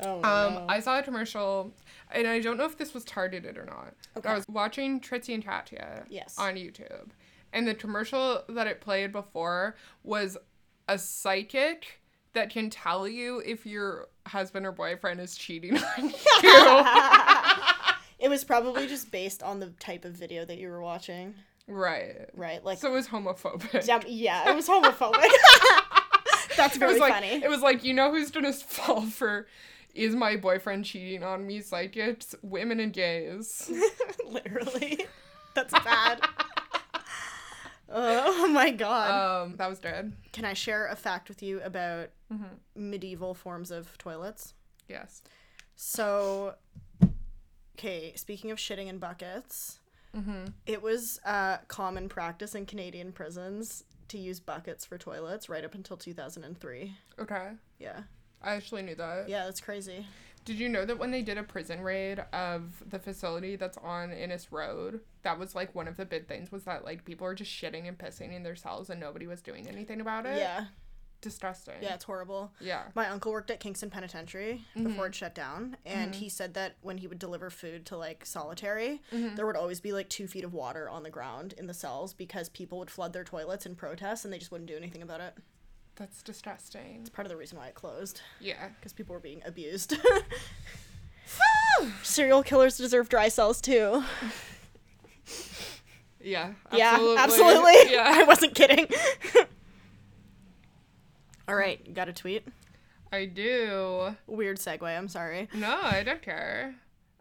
B: Oh,
A: Um,
B: no.
A: I saw a commercial, and I don't know if this was targeted or not.
B: Okay.
A: I was watching Trixie and Katya
B: Yes.
A: on YouTube, and the commercial that it played before was a psychic that can tell you if your husband or boyfriend is cheating on you.
B: it was probably just based on the type of video that you were watching,
A: right.
B: right? Like,
A: So it was homophobic.
B: yeah, yeah, it was homophobic. That's
A: it was
B: really
A: like
B: funny.
A: it was like you know who's gonna fall for is my boyfriend cheating on me psychics women and gays
B: Literally, that's bad. oh my god!
A: um that was dead
B: Can I share a fact with you about medieval forms of toilets?
A: yes
B: So, okay, speaking of shitting in buckets, it was uh, common practice in Canadian prisons to use buckets for toilets right up until 2003.
A: okay
B: Yeah.
A: I actually knew that.
B: Yeah, that's crazy.
A: Did you know that when they did a prison raid of the facility that's on Innis Road, that was like one of the big things was that like people were just shitting and pissing in their cells and nobody was doing anything about it?
B: Yeah.
A: Disgusting.
B: Uh, Yeah, it's horrible.
A: Yeah.
B: My uncle worked at Kingston Penitentiary before it shut down, and he said that when he would deliver food to like solitary, there would always be like two feet of water on the ground in the cells because people would flood their toilets in protest and they just wouldn't do anything about it.
A: That's disgusting.
B: Part of the reason why it closed.
A: Yeah.
B: because people were being abused. Serial killers deserve dry cells too.
A: Yeah.
B: Yeah, absolutely. I
A: Yeah.
B: wasn't kidding. All right, you got a tweet.
A: I do.
B: Weird segue. I'm sorry.
A: No, I don't care.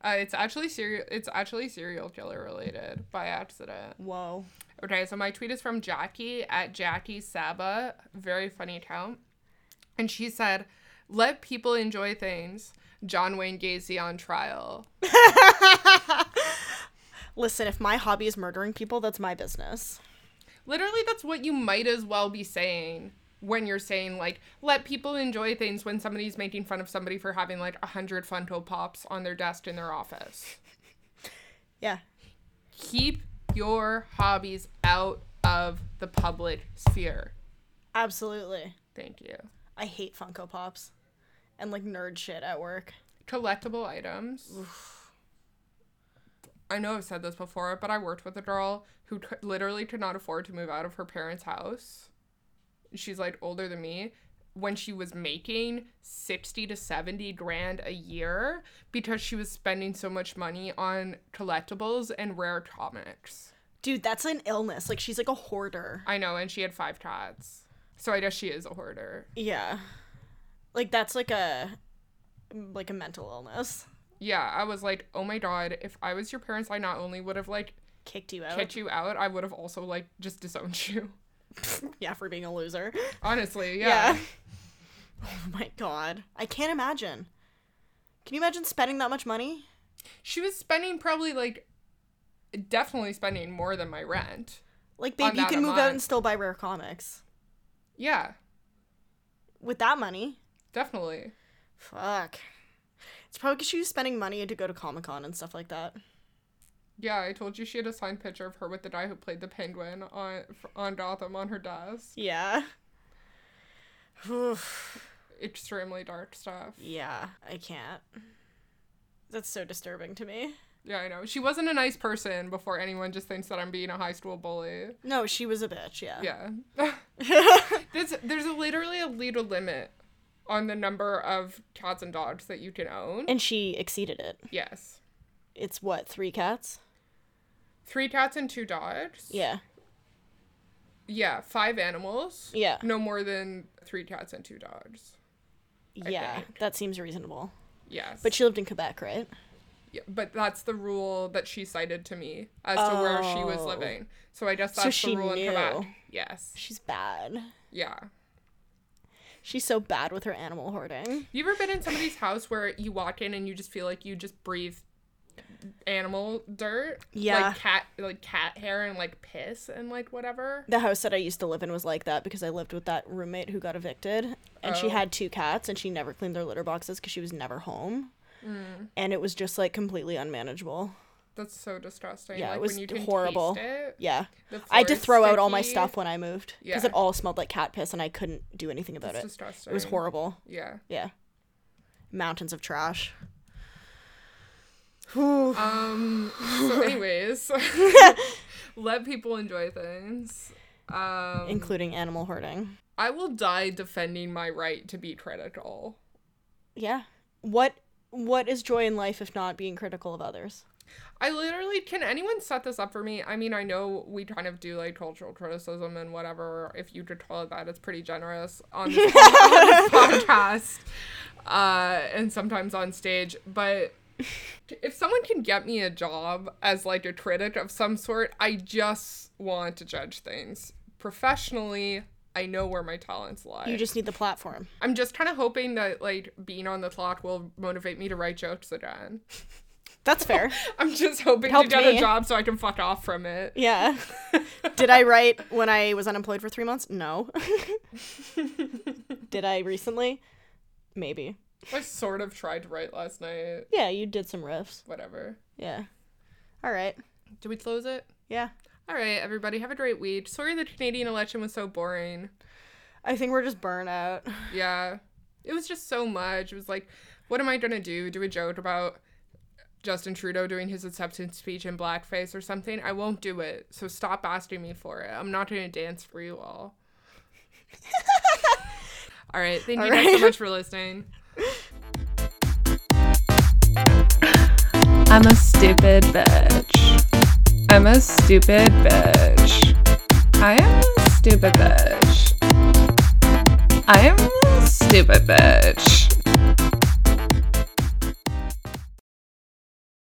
A: Uh, it's actually serial. It's actually serial killer related by accident.
B: Whoa.
A: Okay, so my tweet is from Jackie at Jackie Saba, very funny account. And she said, Let people enjoy things. John Wayne Gacy on trial.
B: Listen, if my hobby is murdering people, that's my business.
A: Literally, that's what you might as well be saying when you're saying, like, let people enjoy things when somebody's making fun of somebody for having, like, 100 Funko Pops on their desk in their office.
B: Yeah.
A: Keep your hobbies out of the public sphere.
B: Absolutely.
A: Thank you.
B: I hate Funko Pops and like nerd shit at work.
A: collectible items. I know I've said this before, but I worked with a girl who c- literally could not afford to move out of her parents' house. She's like older than me. when she was making 60 to 70 grand a year because she was spending so much money on collectibles and rare comics.
B: Dude, that's an illness. Like she's like a hoarder.
A: I know, and she had five cats. So I guess she is a hoarder.
B: Yeah. Like that's like a like a mental illness.
A: Yeah, I was like, oh my god, if I was your parents, I not only would have like
B: Kicked you out.
A: kicked you out, I would have also like just disowned you.
B: Yeah, for being a loser.
A: Honestly, yeah.
B: Yeah. Oh my god. I can't imagine. Can you imagine spending that much money?
A: She was spending probably like definitely spending more than my rent.
B: Like
A: On
B: babe, you
A: that
B: can move out
A: amount.
B: and still buy rare comics.
A: Yeah,
B: With that money?
A: definitely.
B: Fuck. It's probably because she was spending money to go to Comic Con and stuff like that.
A: Yeah, I told you she had a signed picture of her with the guy who played the penguin on on Gotham on her desk.
B: Yeah. Oof.
A: Extremely dark stuff.
B: Yeah, I can't. That's so disturbing to me.
A: Yeah, I know. She wasn't a nice person before anyone just thinks that I'm being a high school bully.
B: No, she was a bitch, yeah.
A: Yeah. there's there's a, literally a legal limit on the number of cats and dogs that you can own.
B: and she exceeded it.
A: Yes.
B: It's what, three cats?
A: Three cats and two dogs.
B: Yeah.
A: Yeah, five animals.
B: Yeah.
A: No more than three cats and two dogs.
B: yeah,
A: think.
B: that seems reasonable.
A: Yes.
B: But she lived in Quebec, right?
A: Yeah, but that's the rule that she cited to me as to where she was
B: Oh.
A: living. So I guess
B: So
A: that's
B: she
A: the rule
B: knew.
A: in Quebec. Yes.
B: She's bad.
A: Yeah.
B: She's so bad with her animal hoarding.
A: You ever been in somebody's house where you walk in and you just feel like you just breathe animal dirt?
B: Yeah.
A: Like cat like cat hair and like piss and like whatever.
B: The house that I used to live in was like that because I lived with that roommate who got evicted, and she
A: Oh.
B: had two cats, and she never cleaned their litter boxes because she was never home,
A: Mm.
B: and it was just like completely unmanageable.
A: That's so disgusting.
B: Yeah,
A: like
B: it was
A: when you can
B: horrible.
A: taste it.
B: Yeah,
A: the
B: I had to
A: floor is
B: throw out all my
A: sticky.
B: stuff when I moved because
A: Yeah.
B: it all smelled like cat piss, and I couldn't do anything about
A: It's
B: it.
A: disgusting.
B: It was horrible.
A: Yeah.
B: Yeah, mountains of trash. Whew.
A: Um. So, anyways, let people enjoy things. Um,
B: including animal hoarding.
A: I will die defending my right to be critical.
B: Yeah. What what is joy in life if not being critical of others?
A: I literally can anyone set this up for me? I mean, I know we kind of do like cultural criticism and whatever. If you could call it that, it's pretty generous on this, on this podcast, uh, and sometimes on stage. But if someone can get me a job as like a critic of some sort, I just want to judge things professionally. I know where my talents lie.
B: You just need the platform.
A: I'm just kind of hoping that like being on the clock will motivate me to write jokes again.
B: That's fair.
A: I'm just hoping to
B: Helped
A: get
B: me.
A: a job so I can fuck off from it.
B: Yeah. Did I write when I was unemployed for 3 months? No. did I recently? Maybe.
A: I sort of tried to write last night.
B: Yeah, you did some riffs.
A: Whatever.
B: Yeah. All right.
A: Did we close it?
B: Yeah.
A: All right, everybody, have a great week. Sorry the Canadian election was so boring.
B: I think we're just burnout.
A: Yeah. It was just so much. It was like, what am I going to do? Do a joke about Justin Trudeau doing his acceptance speech in blackface or something? I won't do it. So stop asking me for it. I'm not going to dance for you all. all right. Thank you guys so
B: right.
A: much for listening.
C: I'm a stupid bitch. I'm a stupid bitch. I am a stupid bitch. I am a stupid bitch.